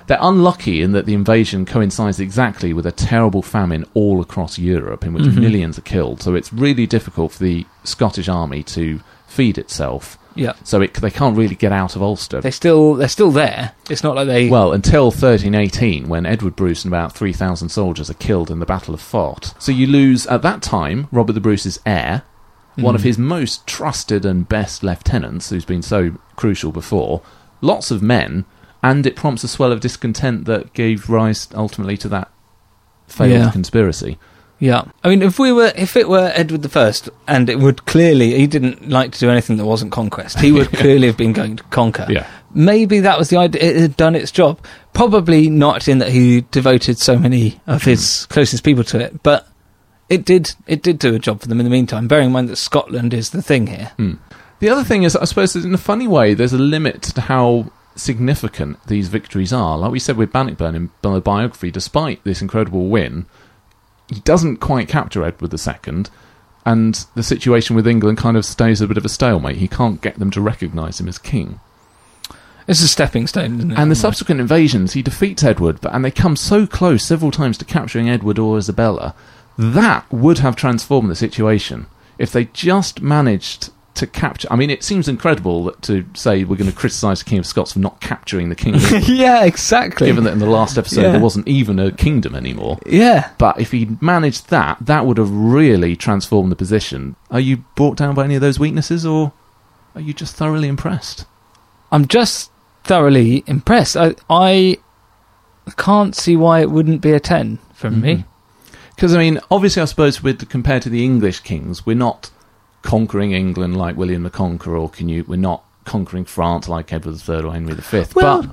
D: They're unlucky in that the invasion coincides exactly with a terrible famine all
E: Mm-hmm.
D: across Europe in which millions are killed. So it's really difficult for the Scottish army to feed itself.
E: Yeah.
D: So it, they can't really get out of Ulster.
E: They still they're still there. It's not like they
D: Well, until 1318, when Edward Bruce and about 3,000 soldiers are killed in the Battle of Fort. So you lose, at that time, Robert the Bruce's heir, one
E: Hmm.
D: of his most trusted and best lieutenants, who's been so crucial before, lots of men, and it prompts a swell of discontent that gave rise ultimately to that failed
E: Yeah.
D: conspiracy.
E: Yeah, I mean, if we were, if it were Edward the First, and it would clearly, he didn't like to do anything that wasn't conquest.
D: *laughs*
E: He would clearly have been going to conquer.
D: Yeah.
E: maybe that was the idea. It had done its job. Probably not in that he devoted so many of his
D: Hmm.
E: closest people to it, but it did. It did do a job for them in the meantime. Bearing in mind that Scotland is the thing here.
D: Hmm. The other thing is, I suppose, that in a funny way, there's a limit to how significant these victories are. Like we said with Bannockburn in the biography, despite this incredible win, he doesn't quite capture Edward II, and the situation with England kind of stays a bit of a stalemate. He can't get them to recognise him as king.
E: It's a stepping stone, isn't it?
D: And the subsequent invasions, he defeats Edward, but and they come so close several times to capturing Edward or Isabella. That would have transformed the situation if they just managed to capture. I mean, it seems incredible that to say we're going to criticise the King of Scots for not capturing the kingdom,
E: *laughs* yeah, exactly.
D: given that in the last episode
E: Yeah.
D: there wasn't even a kingdom anymore.
E: yeah,
D: But if he managed that, that would have really transformed the position. Are you brought down by any of those weaknesses, or are you just thoroughly impressed?
E: I'm just thoroughly impressed. I I can't see why it wouldn't be a ten
D: Mm-hmm.
E: from me.
D: Because I mean, obviously, I suppose with compared to the English kings, we're not conquering England like William the Conqueror or Canute. We're not conquering France like Edward III or Henry V.
E: Well,
D: but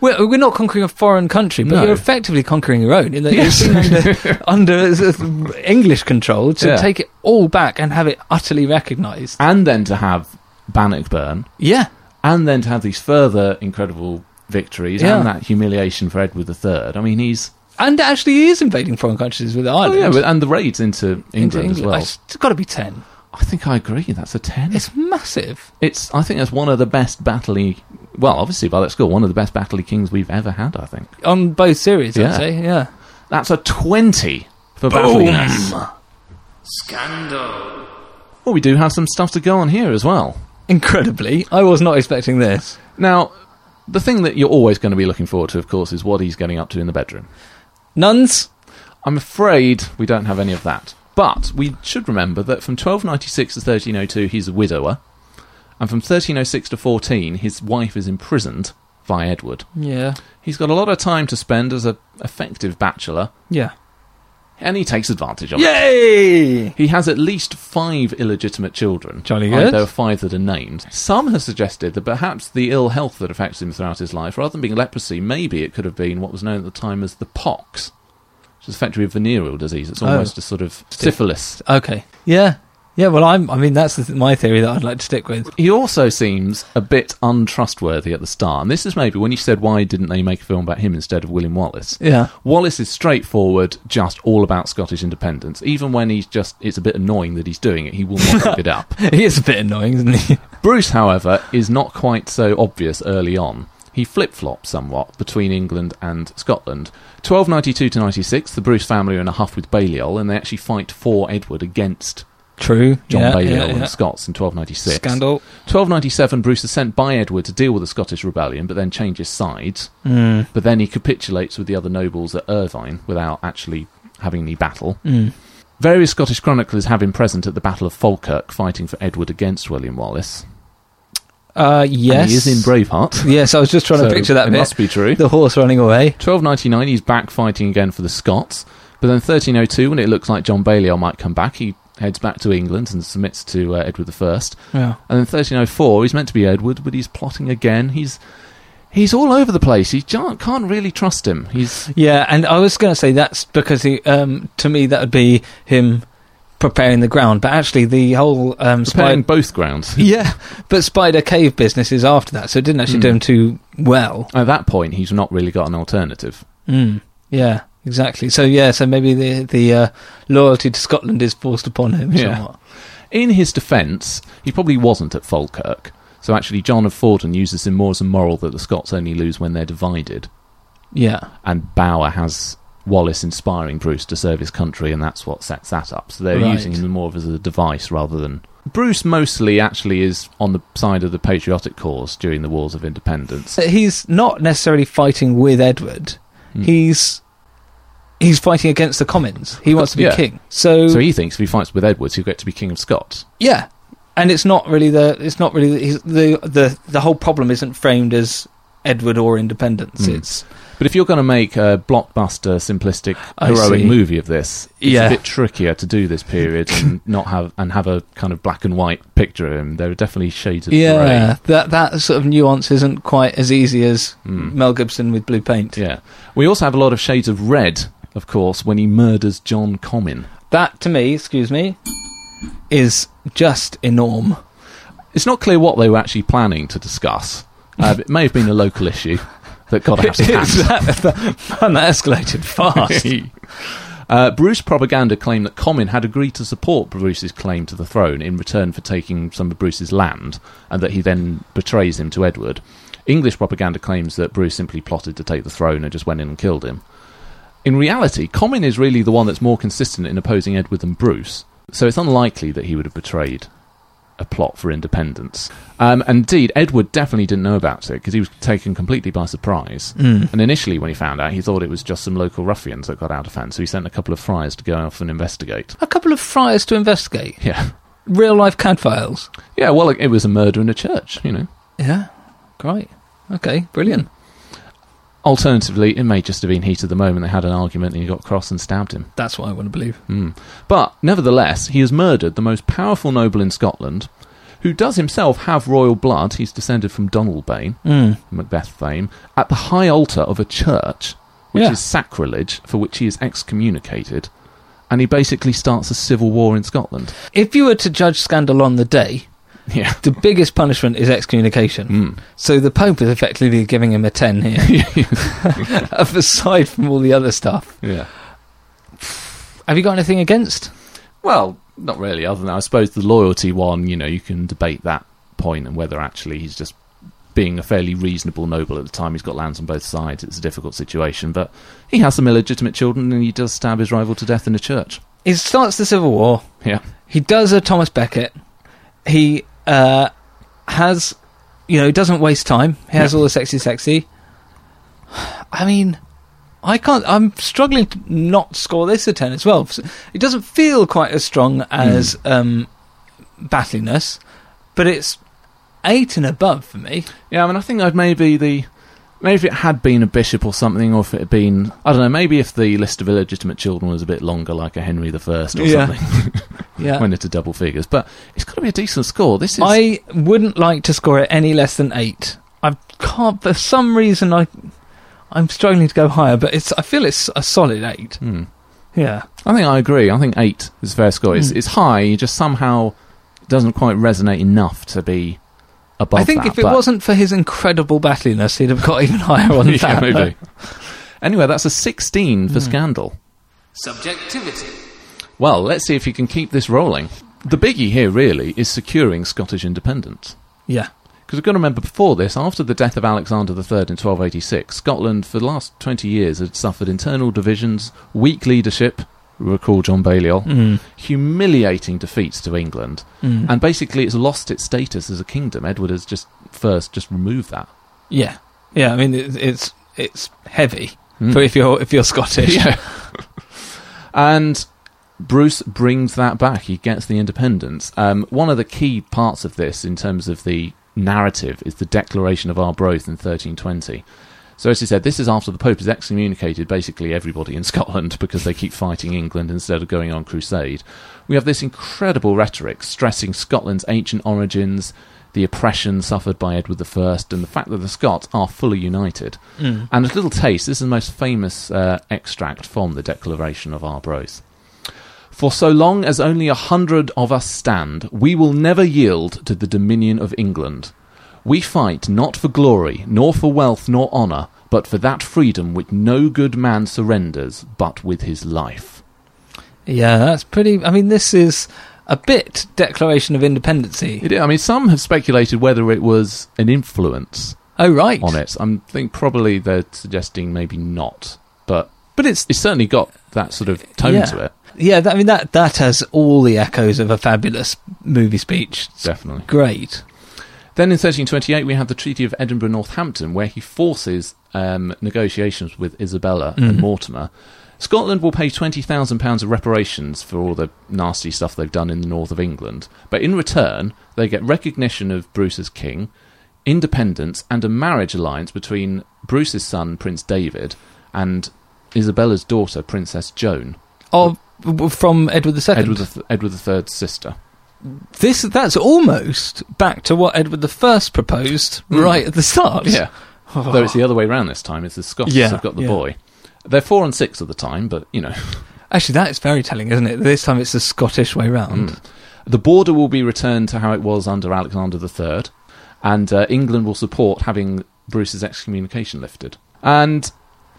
E: we're, we're not conquering a foreign country, but
D: No.
E: you're effectively conquering your own. In that
D: Yes.
E: You're sitting
D: *laughs*
E: under, under sort of English control to
D: Yeah.
E: take it all back and have it utterly recognised.
D: and then to have Bannockburn,
E: Yeah,
D: and then to have these further incredible victories
E: Yeah.
D: and that humiliation for Edward III. I mean, he's
E: and actually, he is invading foreign countries with
D: oh
E: Ireland.
D: yeah, but- and the raids into England,
E: Into
D: as well.
E: It's- it's got to be ten.
D: I think I agree. That's a ten.
E: It's massive.
D: It's I think that's one of the best battley. Well, obviously by that score, one of the best battley kings we've ever had. I think.
E: on both series.
D: Yeah.
E: I'd say, yeah.
D: That's a 20 for battliness.
B: Scandal.
D: Well, we do have some stuff to go on here as well.
E: Incredibly, I was not expecting this.
D: Now, the thing that you're always going to be looking forward to, of course, is what he's getting up to in the bedroom.
E: Nuns.
D: I'm afraid we don't have any of that. But we should remember that from 1296 to 1302, he's a widower. And from 1306 to 14, his wife is imprisoned by Edward.
E: Yeah,
D: He's got a lot of time to spend as a effective bachelor,
E: yeah.
D: and he takes advantage of it.
E: Yay!
D: He has at least five illegitimate children.
E: Jolly
D: Uh,
E: good.
D: There are five that are named. Some have suggested that perhaps the ill health that affects him throughout his life, rather than being leprosy, maybe it could have been what was known at the time as the pox, which is effectively a venereal disease. It's
E: Oh.
D: almost a sort of syphilis.
E: Okay. Yeah. Yeah. Well, I'm. I mean, that's the th- my theory that I'd like to stick with.
D: He also seems a bit untrustworthy at the start. And this is maybe when you said, why didn't they make a film about him instead of William Wallace?
E: Yeah.
D: Wallace is straightforward, just all about Scottish independence. Even when he's just, it's a bit annoying that he's doing it, he will not
E: *laughs*
D: give it up.
E: He is a bit annoying, isn't he?
D: Bruce, however, is not quite so obvious early on. He flip flops somewhat between England and Scotland. 1292 to 96, the Bruce family are in a huff with Balliol, and they actually fight for Edward against
E: *laughs* True.
D: John
E: yeah,
D: Balliol
E: yeah,
D: and
E: yeah.
D: the Scots in 1296.
E: Scandal.
D: 1297, Bruce is sent by Edward to deal with the Scottish rebellion, but then changes sides.
E: Hmm.
D: But then he capitulates with the other nobles at Irvine without actually having any battle.
E: Hmm.
D: Various Scottish chroniclers have him present at the Battle of Falkirk, fighting for Edward against William Wallace.
E: Uh, yes.
D: And he is in *laughs* Braveheart.
E: Yes, I was just trying to
D: So
E: picture that
D: it
E: bit.
D: must be true.
E: The horse running away.
D: 1299, he's back fighting again for the Scots. But then 1302, when it looks like John Balliol might come back, he heads back to England and submits to uh, Edward I.
E: Yeah.
D: And then 1304, he's meant to be Edward, but he's plotting again. He's he's all over the place. He can't, can't really trust him. He's
E: Yeah, and I was going to say that's because he, um, to me, that would be him preparing the ground. But actually, the whole
D: preparing *laughs*
E: um, spider.
D: both grounds.
E: Yeah, but Spider Cave business is after that, so it didn't actually
D: Hmm.
E: do him too well.
D: At that point, he's not really got an alternative.
E: Mm. Yeah, exactly. So yeah, so maybe the the uh, loyalty to Scotland is forced upon him
D: Yeah.
E: somewhat.
D: In his defence, he probably wasn't at Falkirk. So actually, John of Fordon uses him more as a moral that the Scots only lose when they're divided.
E: Yeah.
D: and Bauer has Wallace inspiring Bruce to serve his country, and that's what sets that up. So they're
E: Right.
D: using him more of as a device rather than Bruce mostly actually is on the side of the patriotic cause during the Wars of Independence.
E: So he's not necessarily fighting with Edward.
D: Hmm.
E: He's he's fighting against the Commons. He wants to be
D: Yeah.
E: king. So,
D: So he thinks if he fights with Edwards, he'll get to be King of Scots.
E: yeah, and it's not really the it's not really the, he's- the the the whole problem isn't framed as Edward or independence.
D: Mm.
E: It's
D: But if you're going to make a blockbuster, simplistic,
E: I
D: heroic
E: see.
D: movie of this, it's
E: Yeah.
D: a bit trickier to do this period
E: *coughs*
D: and not have and have a kind of black and white picture of him. There are definitely shades of
E: yeah that that sort of nuance isn't quite as easy as Mel Gibson with blue paint.
D: grey. Hmm. Yeah, we also have a lot of shades of red, of course, when he murders John Comyn.
E: That to me, excuse me, is just enorm.
D: It's not clear what they were actually planning to discuss. Uh, it may have been a local issue that
E: *laughs*
D: got out of hand.
E: and that escalated
D: *laughs*
E: fast.
D: Uh, Bruce propaganda claimed that Comyn had agreed to support Bruce's claim to the throne in return for taking some of Bruce's land, and that he then betrays him to Edward. English propaganda claims that Bruce simply plotted to take the throne and just went in and killed him. In reality, Comyn is really the one that's more consistent in opposing Edward than Bruce, so it's unlikely that he would have betrayed a plot for independence. Um, indeed, Edward definitely didn't know about it because he was taken completely by surprise. And initially, when he found out, he thought it was just some local ruffians that got out of hand, so he sent a couple of friars to go off and investigate. *laughs*
E: A couple of friars to investigate.
D: Yeah.
E: Real life cadfiles.
D: Yeah, well, it was a murder in a church, you know.
E: Yeah. Great. Okay. Brilliant.
D: Alternatively, it may just have been heat of the moment. They had an argument and he got cross and stabbed him.
E: That's what I want to believe.
D: But nevertheless, he has murdered the most powerful noble in Scotland, who does himself have royal blood. He's descended from Donalbain,
E: Hmm.
D: Macbeth fame, at the high altar of a church, which
E: Yeah.
D: is sacrilege, for which he is excommunicated. And he basically starts a civil war in Scotland. *laughs*
E: If you were to judge scandal on the day,
D: Yeah.
E: the biggest punishment is excommunication. So the Pope is effectively giving him a 10 *laughs* here. Aside from all the other stuff.
D: Yeah.
E: Have you got anything against?
D: Well, not really, other than I suppose the loyalty one, you know, you can debate that point and whether actually he's just being a fairly reasonable noble at the time. He's got lands on both sides. It's a difficult situation, but he has some illegitimate children and he does stab his rival to death in a church.
E: He starts the Civil War.
D: Yeah.
E: He does a Thomas Becket. He uh, has, you know, he doesn't waste time. He has all the sexy, sexy. I mean, I can't. I'm struggling to not score this a ten as well. It doesn't feel quite as strong as um, Battliness, but it's eight and above for me.
D: Yeah, I mean, I think I'd maybe the. Maybe if it had been a bishop or something, or if it had been. I don't know, maybe if the list of illegitimate children was a bit longer, like a Henry I or
E: Yeah.
D: something, *laughs*
E: Yeah.
D: when it's a double figures. But it's got to be a decent score. This is.
E: I wouldn't like to score it any less than eight. I can't for some reason I I'm struggling to go higher, but it's I feel it's a solid eight.
D: Hmm.
E: Yeah.
D: I think I agree. I think eight is a fair score.
E: Hmm.
D: It's, it's high. It just somehow doesn't quite resonate enough to be above.
E: I think
D: that,
E: if it
D: but-
E: wasn't for his incredible battliness, he'd have got even higher
D: *laughs*
E: on
D: yeah,
E: that. Hmm.
D: maybe. anyway, that's a sixteen for Scandal.
B: Subjectivity.
D: Well, let's see if you can keep this rolling. The biggie here really is securing Scottish independence.
E: *laughs* Yeah.
D: Because we've got to remember before this, after the death of Alexander III in 1286, Scotland for the last 20 years had suffered internal divisions, weak leadership, recall John Balliol,
E: Mm.
D: humiliating defeats to England, and basically it's lost its status as a kingdom. Edward has just first just removed that.
E: Yeah. Yeah, I mean it, it's it's heavy.
D: Hmm.
E: For if you're if
D: *laughs*
E: you're Scottish.
D: and Bruce brings that back. He gets the independence. Um, one of the key parts of this, in terms of the narrative, is the Declaration of Arbroath in 1320. So, as he said, this is after the Pope has excommunicated basically everybody in *laughs* Scotland because they keep fighting England instead of going on crusade. We have this incredible rhetoric stressing Scotland's ancient origins, the oppression suffered by Edward I, and the fact that the Scots are fully united. And a little taste this is the most famous uh, extract from the Declaration of Arbroath. For so long as only a hundred of us stand, we will never yield to the dominion of England. We fight not for glory, nor for wealth, nor honour, but for that freedom which no good man surrenders but with his life.
E: Yeah, that's pretty I mean this is a bit declaration of independency.
D: It, I mean, some have speculated whether it was an influence
E: Oh right.
D: on it. I am think probably they're suggesting maybe not, but but
E: but it's
D: It's certainly got that sort of tone
E: yeah.
D: to it.
E: Yeah, that, I mean that that has all the echoes of a fabulous movie speech. It's
D: Definitely.
E: great.
D: Then in 1328, we have the Treaty of Edinburgh Northampton, where he forces um, negotiations with Isabella and Mortimer. Scotland will pay £20,000 of reparations for all the nasty stuff they've done in the north of England, but in return, they get recognition of Bruce as king, independence, and a marriage alliance between Bruce's son, Prince David, and Isabella's daughter, Princess Joan,
E: Of w- from Edward II.
D: Edward, the, Edward III's sister.
E: This that's almost back to what Edward I proposed right at the start.
D: Hmm.
E: *laughs*
D: Yeah. Though it's the other way around this time. It's the Scots
E: Yeah,
D: have got the
E: yeah.
D: boy. They're four and six at the time, but you know,
E: Actually, that is very telling, isn't it? This time it's the Scottish way round.
D: Hmm. the border will be returned to how it was under Alexander III, and uh, England will support having Bruce's excommunication lifted. And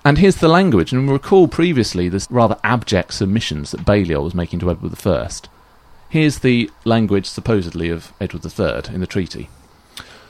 D: and here's the language. And we recall previously this rather abject submissions that Balliol was making to Edward I. Here's the language supposedly of Edward III in the treaty.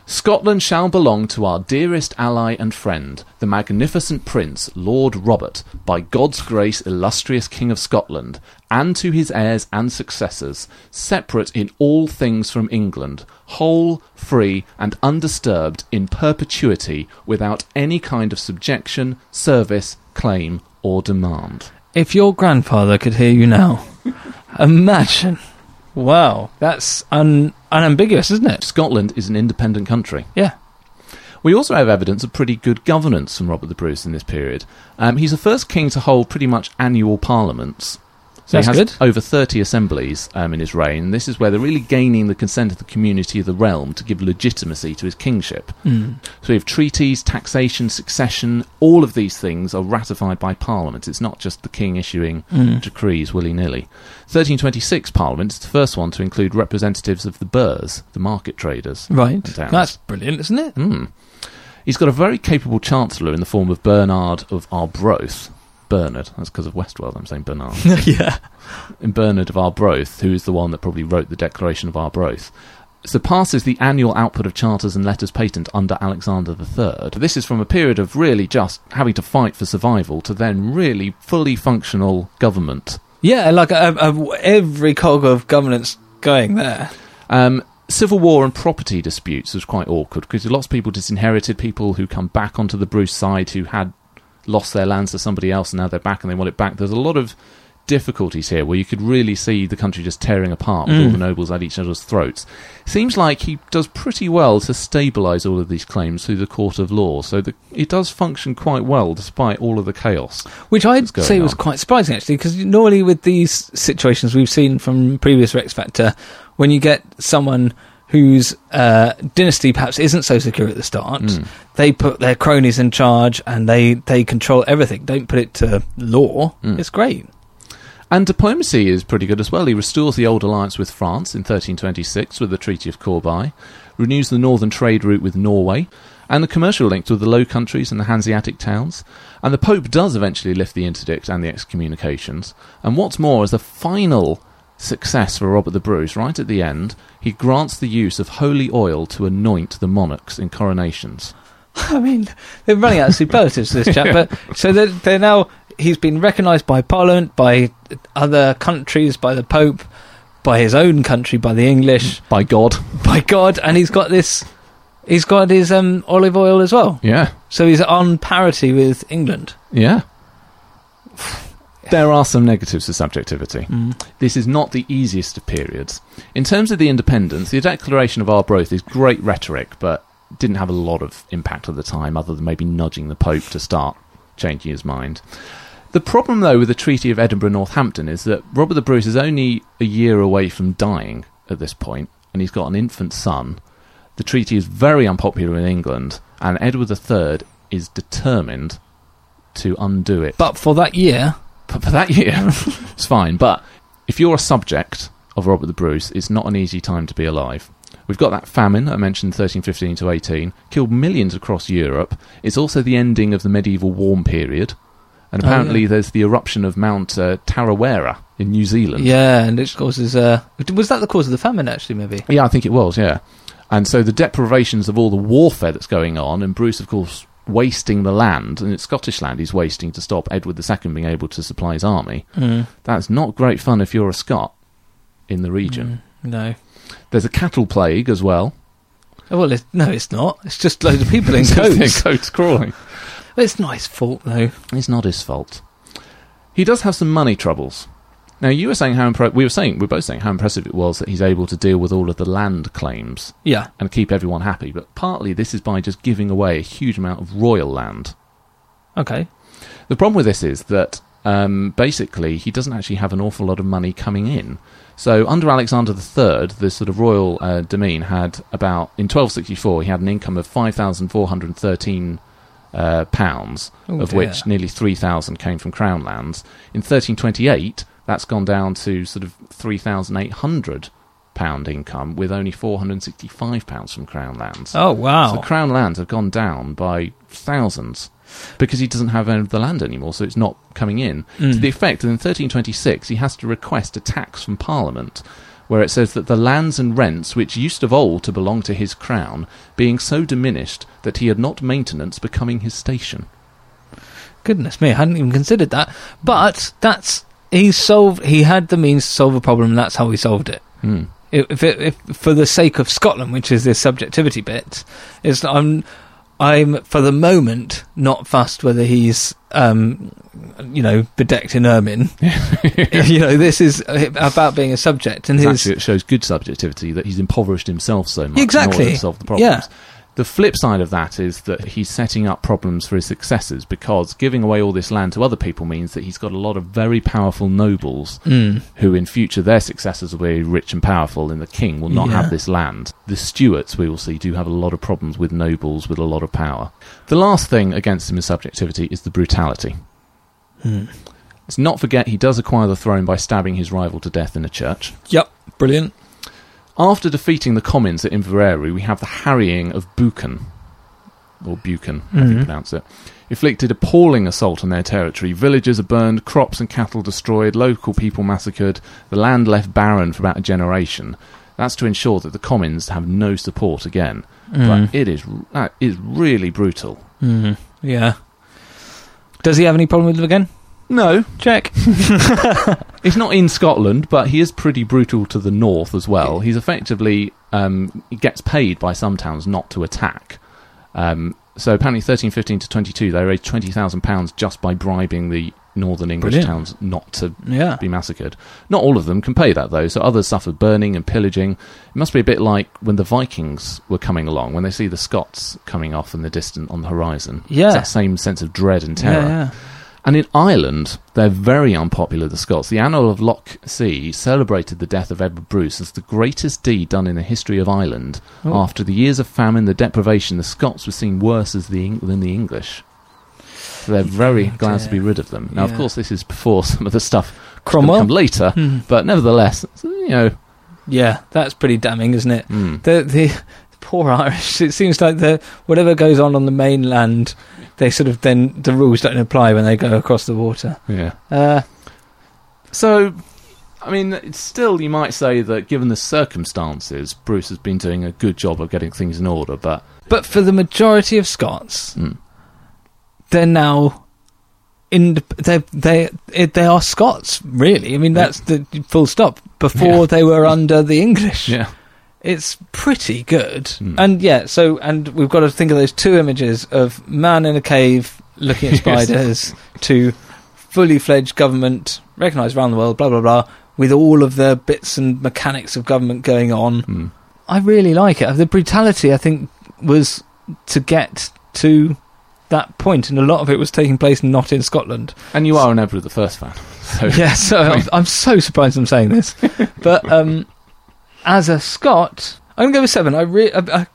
D: Scotland shall belong to our dearest ally and friend, the magnificent Prince, Lord Robert, by God's grace, illustrious King of Scotland, and to his heirs and successors, separate in all things from England, whole, free, and undisturbed in perpetuity, without any kind of subjection, service, claim, or demand.
E: If your grandfather could hear
D: *laughs*
E: you now, imagine. Wow, that's un- unambiguous, isn't it?
D: Scotland is an independent country.
E: Yeah.
D: We also have evidence of pretty good governance from Robert the Bruce in this period. Um, he's the first king to hold pretty much annual parliaments. So
E: That's
D: he has
E: good.
D: over 30 assemblies um, in his reign. This is where they're really gaining the consent of the community of the realm to give legitimacy to his kingship.
E: Hmm.
D: So we have treaties, taxation, succession, all of these things are ratified by Parliament. It's not just the king issuing
E: Hmm.
D: decrees willy nilly. 1326 Parliament is the first one to include representatives of the burghs, the market traders.
E: Right.
D: and towns.
E: That's brilliant,
D: *laughs*
E: isn't it?
D: Hmm. He's got a very capable chancellor in the form of Bernard of Arbroath. Bernard, that's because of Westworld, I'm saying Bernard.
E: yeah.
D: and Bernard of Arbroath, who is the one that probably wrote the Declaration of Arbroath, surpasses the annual output of charters and letters patent under Alexander III. This is from a period of really just having to fight for survival to then really fully functional government.
E: Yeah, like uh, uh, every cog of governance going there.
D: Um, civil war and property disputes was quite awkward because lots of people disinherited people who come back onto the Bruce side who had lost their lands to somebody else and now they're back and they want it back. There's a lot of difficulties here where you could really see the country just tearing apart with all the nobles at each other's throats. Seems like he does pretty well to stabilise all of these claims through the court of law, so that it does function quite well despite all of the chaos.
E: Which I'd
D: going
E: say was
D: on?
E: quite surprising, actually, because normally with these situations we've seen from previous Rex Factor, when you get someone whose uh, dynasty perhaps isn't so secure at the start,
D: Hmm.
E: they put their cronies in charge and they, they control everything. Don't put it to law.
D: Hmm.
E: It's great.
D: And diplomacy is pretty good as well. He restores the old alliance with France in 1326 with the Treaty of Corbeil, renews the northern trade route with Norway, and the commercial links with the Low Countries and the Hanseatic towns. And the Pope does eventually lift the interdict and the excommunications. And what's more, as a final success for Robert the Bruce, right at the end, he grants the use of holy oil to anoint the monarchs in coronations.
E: *laughs* I mean, they're running out of superlatives, this *laughs* chap. But so they're, they're now he's been recognised by Parliament, by other countries, by the Pope, by his own country, by the English, *laughs*
D: By God. *laughs*
E: by God, and he's got this. He's got his um, olive oil as well,
D: Yeah.
E: so he's on parity with England.
D: Yeah. There are some negatives to subjectivity. This is not the easiest of periods. In terms of the independence, the Declaration of Arbroath is great rhetoric, but didn't have a lot of impact at the time, other than maybe nudging the Pope to start changing his mind. The problem, though, with the Treaty of Edinburgh Northampton is that Robert the Bruce is only a year away from dying at this point, and he's got an infant son. The treaty is very unpopular in England, and Edward III is determined to undo it.
E: But for that year,
D: But for that year, *laughs* it's fine. But if you're a subject of Robert the Bruce, it's not an easy time to be alive. We've got that famine I mentioned, 1315 to 18, killed millions across Europe. It's also the ending of the medieval warm period. And
E: Oh, yeah.
D: apparently, there's the eruption of Mount uh, Tarawera in New Zealand.
E: yeah, and which causes uh, was that the cause of the famine? Actually, maybe.
D: Yeah, I think it was, yeah. And so the deprivations of all the warfare that's going on, and Bruce, of course, wasting the land, and it's Scottish land he's wasting to stop Edward II being able to supply his army. That's not great fun if you're a Scot in the region.
E: Mm. No.
D: There's a cattle plague as well.
E: Oh, Well, it's, no, it's not. *laughs* It's just loads of people
D: *laughs*
E: in
D: Their
E: coats.
D: coats crawling.
E: It's not his fault, though.
D: It's not his fault. He does have some money troubles. Now you were saying how impre- we were saying we were both saying how impressive it was that he's able to deal with all of the land claims
E: Yeah.
D: and keep everyone happy. But partly this is by just giving away a huge amount of royal land.
E: Okay.
D: The problem with this is that um, basically he doesn't actually have an awful lot of money coming in. So under Alexander III, the sort of royal uh, demesne had about in 1264 he had an income of five thousand four hundred thirteen uh, pounds,
E: Oh,
D: of
E: dear.
D: which nearly three thousand came from crown lands. In 1328, that's gone down to sort of three thousand eight hundred pound income, with only four hundred sixty-five pounds from crown lands.
E: Oh, wow.
D: So Crown lands have gone down by thousands because he doesn't have any of the land anymore, so it's not coming in. To the effect that in 1326 he has to request a tax from Parliament where it says that the lands and rents which used of old to belong to his crown being so diminished that he had not maintenance becoming his station.
E: Goodness me, I hadn't even considered that. But that's he solved. He had the means to solve a problem. and That's how he solved it. If, if, it, if for the sake of Scotland, which is this subjectivity bit, is I'm I'm for the moment not fussed whether he's um you know bedecked in ermine. you know this is about being a subject and his
D: Actually, it shows good subjectivity that he's impoverished himself so much in
E: Exactly.
D: order to solve the problems.
E: Yeah.
D: The flip side of that is that he's setting up problems for his successors because giving away all this land to other people means that he's got a lot of very powerful nobles
E: Mm.
D: who, in future, their successors will be rich and powerful, and the king will not
E: Yeah.
D: have this land. The Stuarts, we will see, do have a lot of problems with nobles with a lot of power. The last thing against him in subjectivity is the brutality.
E: Hmm.
D: Let's not forget he does acquire the throne by stabbing his rival to death in a church.
E: yep brilliant.
D: After defeating the Commons at Inverary, we have the harrying of Buchan, or Buchan, I think pronounce it, inflicted appalling assault on their territory. Villages are burned, crops and cattle destroyed, local people massacred, the land left barren for about a generation. That's to ensure that the Commons have no support again.
E: Mm-hmm.
D: But it is that is really brutal.
E: Yeah. Does he have any problem with it again?
D: No,
E: Check.
D: *laughs* It's not in Scotland, but he is pretty brutal to the north as well. He's effectively um, he gets paid by some towns not to attack. Um, so apparently, thirteen fifteen to twenty two, they raised twenty thousand pounds just by bribing the northern English
E: Brilliant.
D: towns not to
E: Yeah.
D: be massacred. Not all of them can pay that though, so others suffered burning and pillaging. It must be a bit like when the Vikings were coming along, when they see the Scots coming off in the distance on the horizon.
E: Yeah.
D: It's that same sense of dread and terror.
E: Yeah, yeah.
D: And in Ireland, they're very unpopular, the Scots. The Annal of Loch Sea celebrated the death of Edward Bruce as the greatest deed done in the history of Ireland. After the years of famine, the deprivation, the Scots were seen worse as the Eng- than the English. So they're very glad to be rid of them. Now, of
E: Yeah.
D: course, this is before *laughs* some of the stuff that's gonna
E: Cromwell?
D: come later, but nevertheless, it's, uh, you know, hmm,
E: Yeah, that's pretty damning, isn't it? The the *laughs* poor Irish. It seems like the whatever goes on on the mainland, they sort of then the rules don't apply when they go across the water.
D: yeah.
E: Uh,
D: So, I mean, it's still you might say that given the circumstances, Bruce has been doing a good job of getting things in order, but hmm,
E: but for the majority of Scots, they're now in they they it, they are Scots really. I mean, that's the full stop. Before
D: Yeah.
E: they were under the English.
D: yeah.
E: it's pretty good. And yeah, so and we've got to think of those two images of man in a cave looking at
D: Yes.
E: spiders to fully fledged government recognised around the world, blah blah blah, with all of the bits and mechanics of government going on.
D: hmm.
E: I really like it. The brutality, I think, was to get to that point, and a lot of it was taking place not in Scotland.
D: And you are an Edward the First fan. So
E: *laughs* Yeah, so I'm, I'm so surprised I'm saying this, but um, as a Scot, I'm gonna go with seven. I re- I,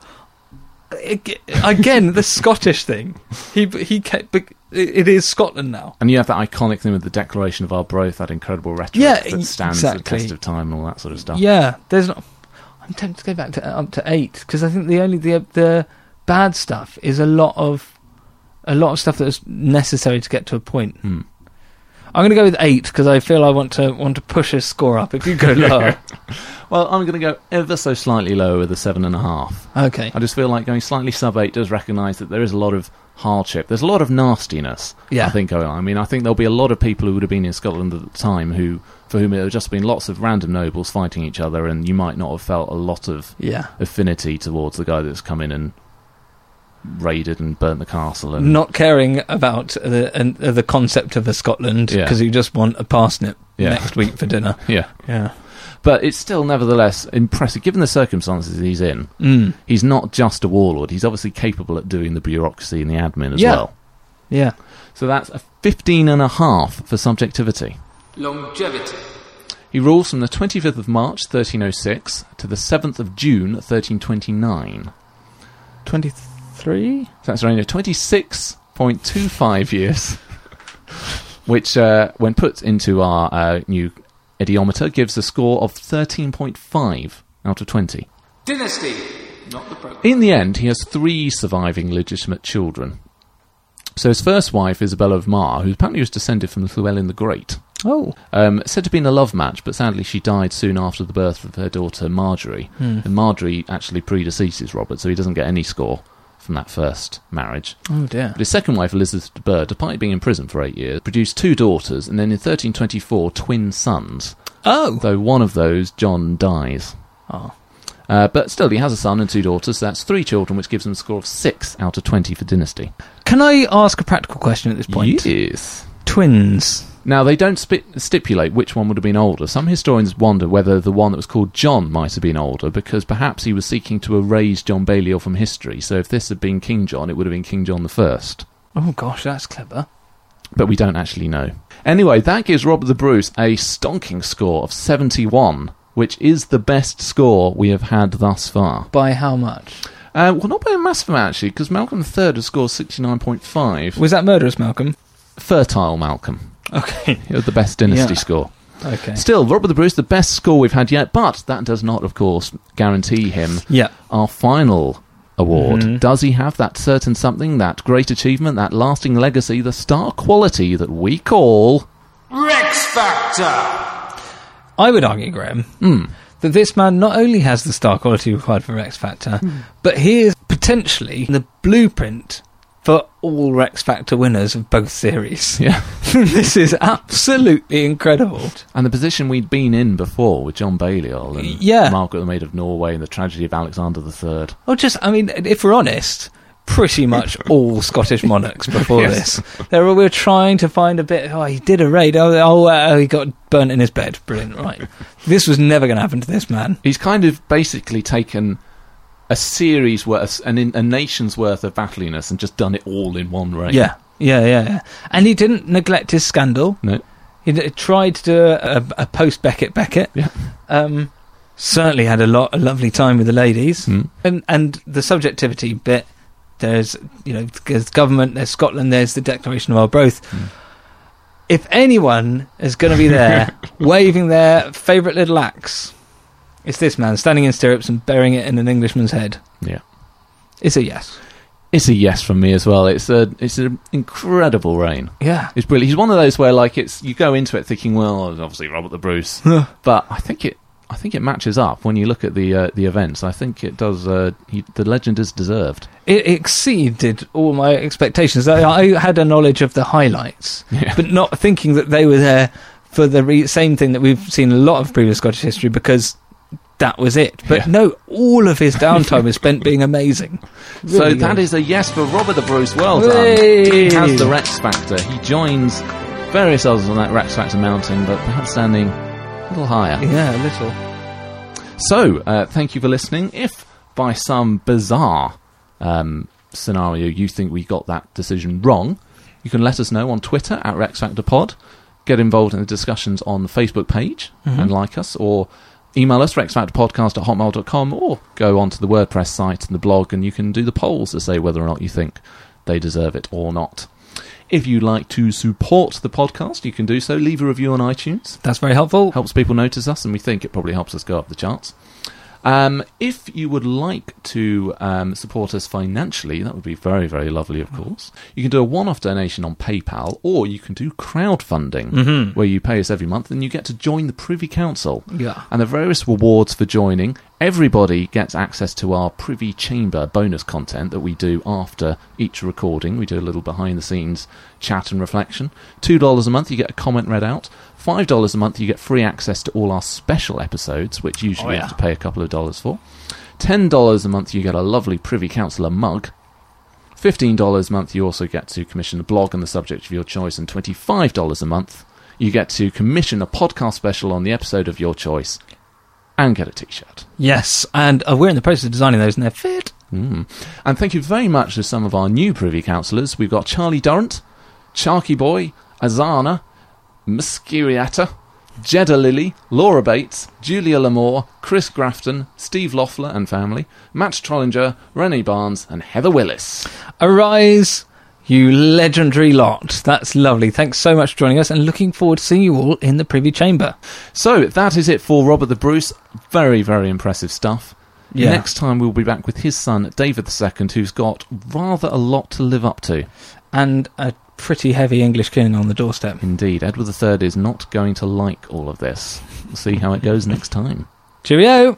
E: I, again the Scottish thing. He he kept. bec- It it is Scotland now.
D: And you have that iconic thing with the Declaration of Arbroath, that incredible rhetoric
E: Yeah, e-
D: that stands the
E: exactly.
D: test of time and all that sort of stuff.
E: Yeah, there's not. I'm tempted to go back to up to eight because I think the only the the bad stuff
D: Hmm.
E: is a lot of a lot of stuff that was necessary to get to a point. I'm going to go with eight because I feel I want to want to push his score up. If you
D: *laughs*
E: go lower,
D: Well, I'm going to go ever so slightly lower with a seven and a half.
E: okay.
D: I just feel like going slightly sub eight does recognise that there is a lot of hardship. There's a lot of nastiness.
E: Yeah.
D: I think. going on. I mean, I think there'll be a lot of people who would have been in Scotland at the time who, for whom it would have just been lots of random nobles fighting each other, and you might not have felt a lot of
E: Yeah,
D: affinity towards the guy that's come in and raided and burnt the castle and
E: not caring about the and, uh, the concept of a Scotland
D: Yeah.
E: because you just want a parsnip
D: Yeah.
E: next week for dinner.
D: yeah.
E: Yeah.
D: But it's still nevertheless impressive given the circumstances he's in.
E: Mm.
D: He's not just a warlord. He's obviously capable at doing the bureaucracy and the admin as
E: Yeah.
D: well.
E: Yeah.
D: So that's a 15 and a half for subjectivity.
B: Longevity.
D: He rules from the 25th of March 1306 to the 7th of June 1329.
E: Twenty three.
D: So that's a range of 26.25 *laughs* years, which, uh, when put into our uh, new idiometer, gives a score of 13.5 out of 20.
B: Dynasty. Not the program.
D: In the end, he has three surviving legitimate children. So his first wife, Isabella of Mar, who apparently was descended from Llewellyn the Great,
E: Oh.
D: Um, said to have been a love match, but sadly she died soon after the birth of her daughter Marjorie. And Marjorie actually predeceases Robert, so he doesn't get any score from that first marriage.
E: Oh dear.
D: But his second wife, Elizabeth de Burgh, despite being in prison for eight years, produced two daughters and then in 1324 twin sons,
E: Oh.
D: though one of those, John, dies.
E: Oh.
D: Uh, but still, he has a son and two daughters, so that's three children, which gives him a score of 6 out of 20 for dynasty.
E: Can I ask a practical question at this point?
D: Yes.
E: Twins.
D: Now, they don't spi stipulate which one would have been older. Some historians wonder whether the one that was called John might have been older because perhaps he was seeking to erase John Balliol from history. So if this had been King John, it would have been King John the First.
E: Oh gosh, that's clever.
D: But we don't actually know. Anyway, that gives Robert the Bruce a stonking score of 71, which is the best score we have had thus far.
E: By how much?
D: Uh, well, not by a massive amount, actually, because Malcolm III has scored 69.5.
E: Was that murderous, Malcolm?
D: Fertile Malcolm.
E: Okay.
D: It was the best dynasty
E: Yeah.
D: score.
E: Okay.
D: Still, Robert the Bruce, the best score we've had yet, but that does not, of course, guarantee him
E: Yeah. Mm-hmm.
D: our final award. Does he have that certain something, that great achievement, that lasting legacy, the star quality that we call?
B: Rex Factor.
E: I would argue, Graham,
D: Hmm.
E: that this man not only has the star quality required for Rex Factor, but he is potentially the blueprint for all Rex Factor winners of both series.
D: Yeah.
E: *laughs* this is absolutely incredible.
D: And the position we'd been in before with John Balliol and
E: Yeah.
D: Margaret the Maid of Norway and the tragedy of Alexander III.
E: Well, just, I mean, if we're honest,
D: *laughs*
E: pretty much all Scottish monarchs before
D: Yes.
E: this. They were, we were trying to find a bit, oh, he did a raid, oh, oh, uh, he got burnt in his bed. Brilliant, right. this was never going to happen to this man.
D: He's kind of basically taken a series worth, an in, a nation's worth of battliness and just done it all in one reign.
E: Yeah, yeah, yeah, yeah. And he didn't neglect his scandal.
D: No.
E: He d- tried to do a, a, a post Beckett Beckett.
D: Yeah.
E: Um, certainly had a lot a lovely time with the ladies,
D: Mm.
E: and and the subjectivity bit. There's you know there's government, there's Scotland, there's the Declaration of Arbroath.
D: Mm.
E: If anyone is going to be there
D: *laughs*
E: waving their favourite little axe, it's this man standing in stirrups and burying it in an Englishman's head.
D: Yeah.
E: It's a yes.
D: It's a yes from me as well. It's a it's an incredible reign.
E: Yeah.
D: It's brilliant. He's one of those where like it's you go into it thinking, well, obviously Robert the Bruce, but I think it I think it matches up when you look at the uh, the events. I think it does. Uh, he, the legend is deserved.
E: It exceeded all my expectations. I, I had a knowledge of the highlights,
D: Yeah.
E: but not thinking that they were there for the re- same thing that we've seen in a lot of previous Scottish history because that was it. But
D: Yeah.
E: no, all of his downtime was spent being amazing.
D: *laughs* so
E: Really
D: that
E: good.
D: is a yes for Robert the Bruce. Well done.
E: Hey!
D: He has the Rex Factor. He joins various others on that Rex Factor mountain, but perhaps standing a little higher.
E: Yeah, a little.
D: So, uh, thank you for listening. If by some bizarre um, scenario you think we got that decision wrong, you can let us know on Twitter at RexFactorPod. Get involved in the discussions on the Facebook page and like us, or email us, rexfactorpodcast at hotmail.com, or go onto the WordPress site and the blog, and you can do the polls to say whether or not you think they deserve it or not. If you like to support the podcast, you can do so. Leave a review on iTunes
E: That's very helpful.
D: helps people notice us, and we think it probably helps us go up the charts. Um, if you would like to um, support us financially, that would be very, very lovely, of course. You can do a one off donation on PayPal, or you can do crowdfunding, where you pay us every month and you get to join the Privy Council.
E: Yeah.
D: And the various rewards for joining. Everybody gets access to our Privy Chamber bonus content that we do after each recording. We do a little behind the scenes chat and reflection. $2 a month, you get a comment read out. $5 a month, you get free access to all our special episodes, which usually
E: Oh,
D: you
E: yeah.
D: have to pay a couple of dollars for. $10 a month, you get a lovely Privy Councillor mug. $15 a month, you also get to commission a blog on the subject of your choice. And $25 a month, you get to commission a podcast special on the episode of your choice and get a t shirt.
E: Yes, and uh, we're in the process of designing those, and they're fit.
D: And thank you very much to some of our new Privy Councillors. We've got Charlie Durrant, Charky Boy, Azana, Muscuriata, Jeddah Lilly, Laura Bates, Julia Lamore, Chris Grafton, Steve Loeffler and family, Matt Trollinger, Rennie Barnes, and Heather Willis.
E: Arise, you legendary lot. That's lovely. Thanks so much for joining us, and looking forward to seeing you all in the Privy Chamber.
D: So that is it for Robert the Bruce. Very, very impressive stuff.
E: Yeah.
D: Next time we'll be back with his son, David II, who's got rather a lot to live up to.
E: And a pretty heavy English king on the doorstep.
D: Indeed, Edward III is not going to like all of this. We'll see how it goes next time.
E: Cheerio!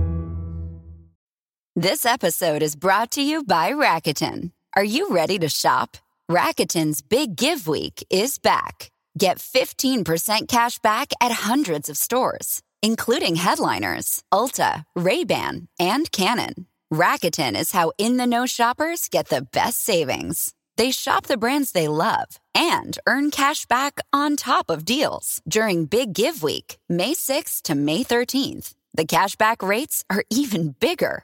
F: This episode is brought to you by Rakuten. Are you ready to shop? Rakuten's Big Give Week is back. Get 15% cash back at hundreds of stores, including Headliners, Ulta, Ray-Ban, and Canon. Rakuten is how in-the-know shoppers get the best savings. They shop the brands they love and earn cash back on top of deals during Big Give Week, May 6th to May 13th. The cashback rates are even bigger.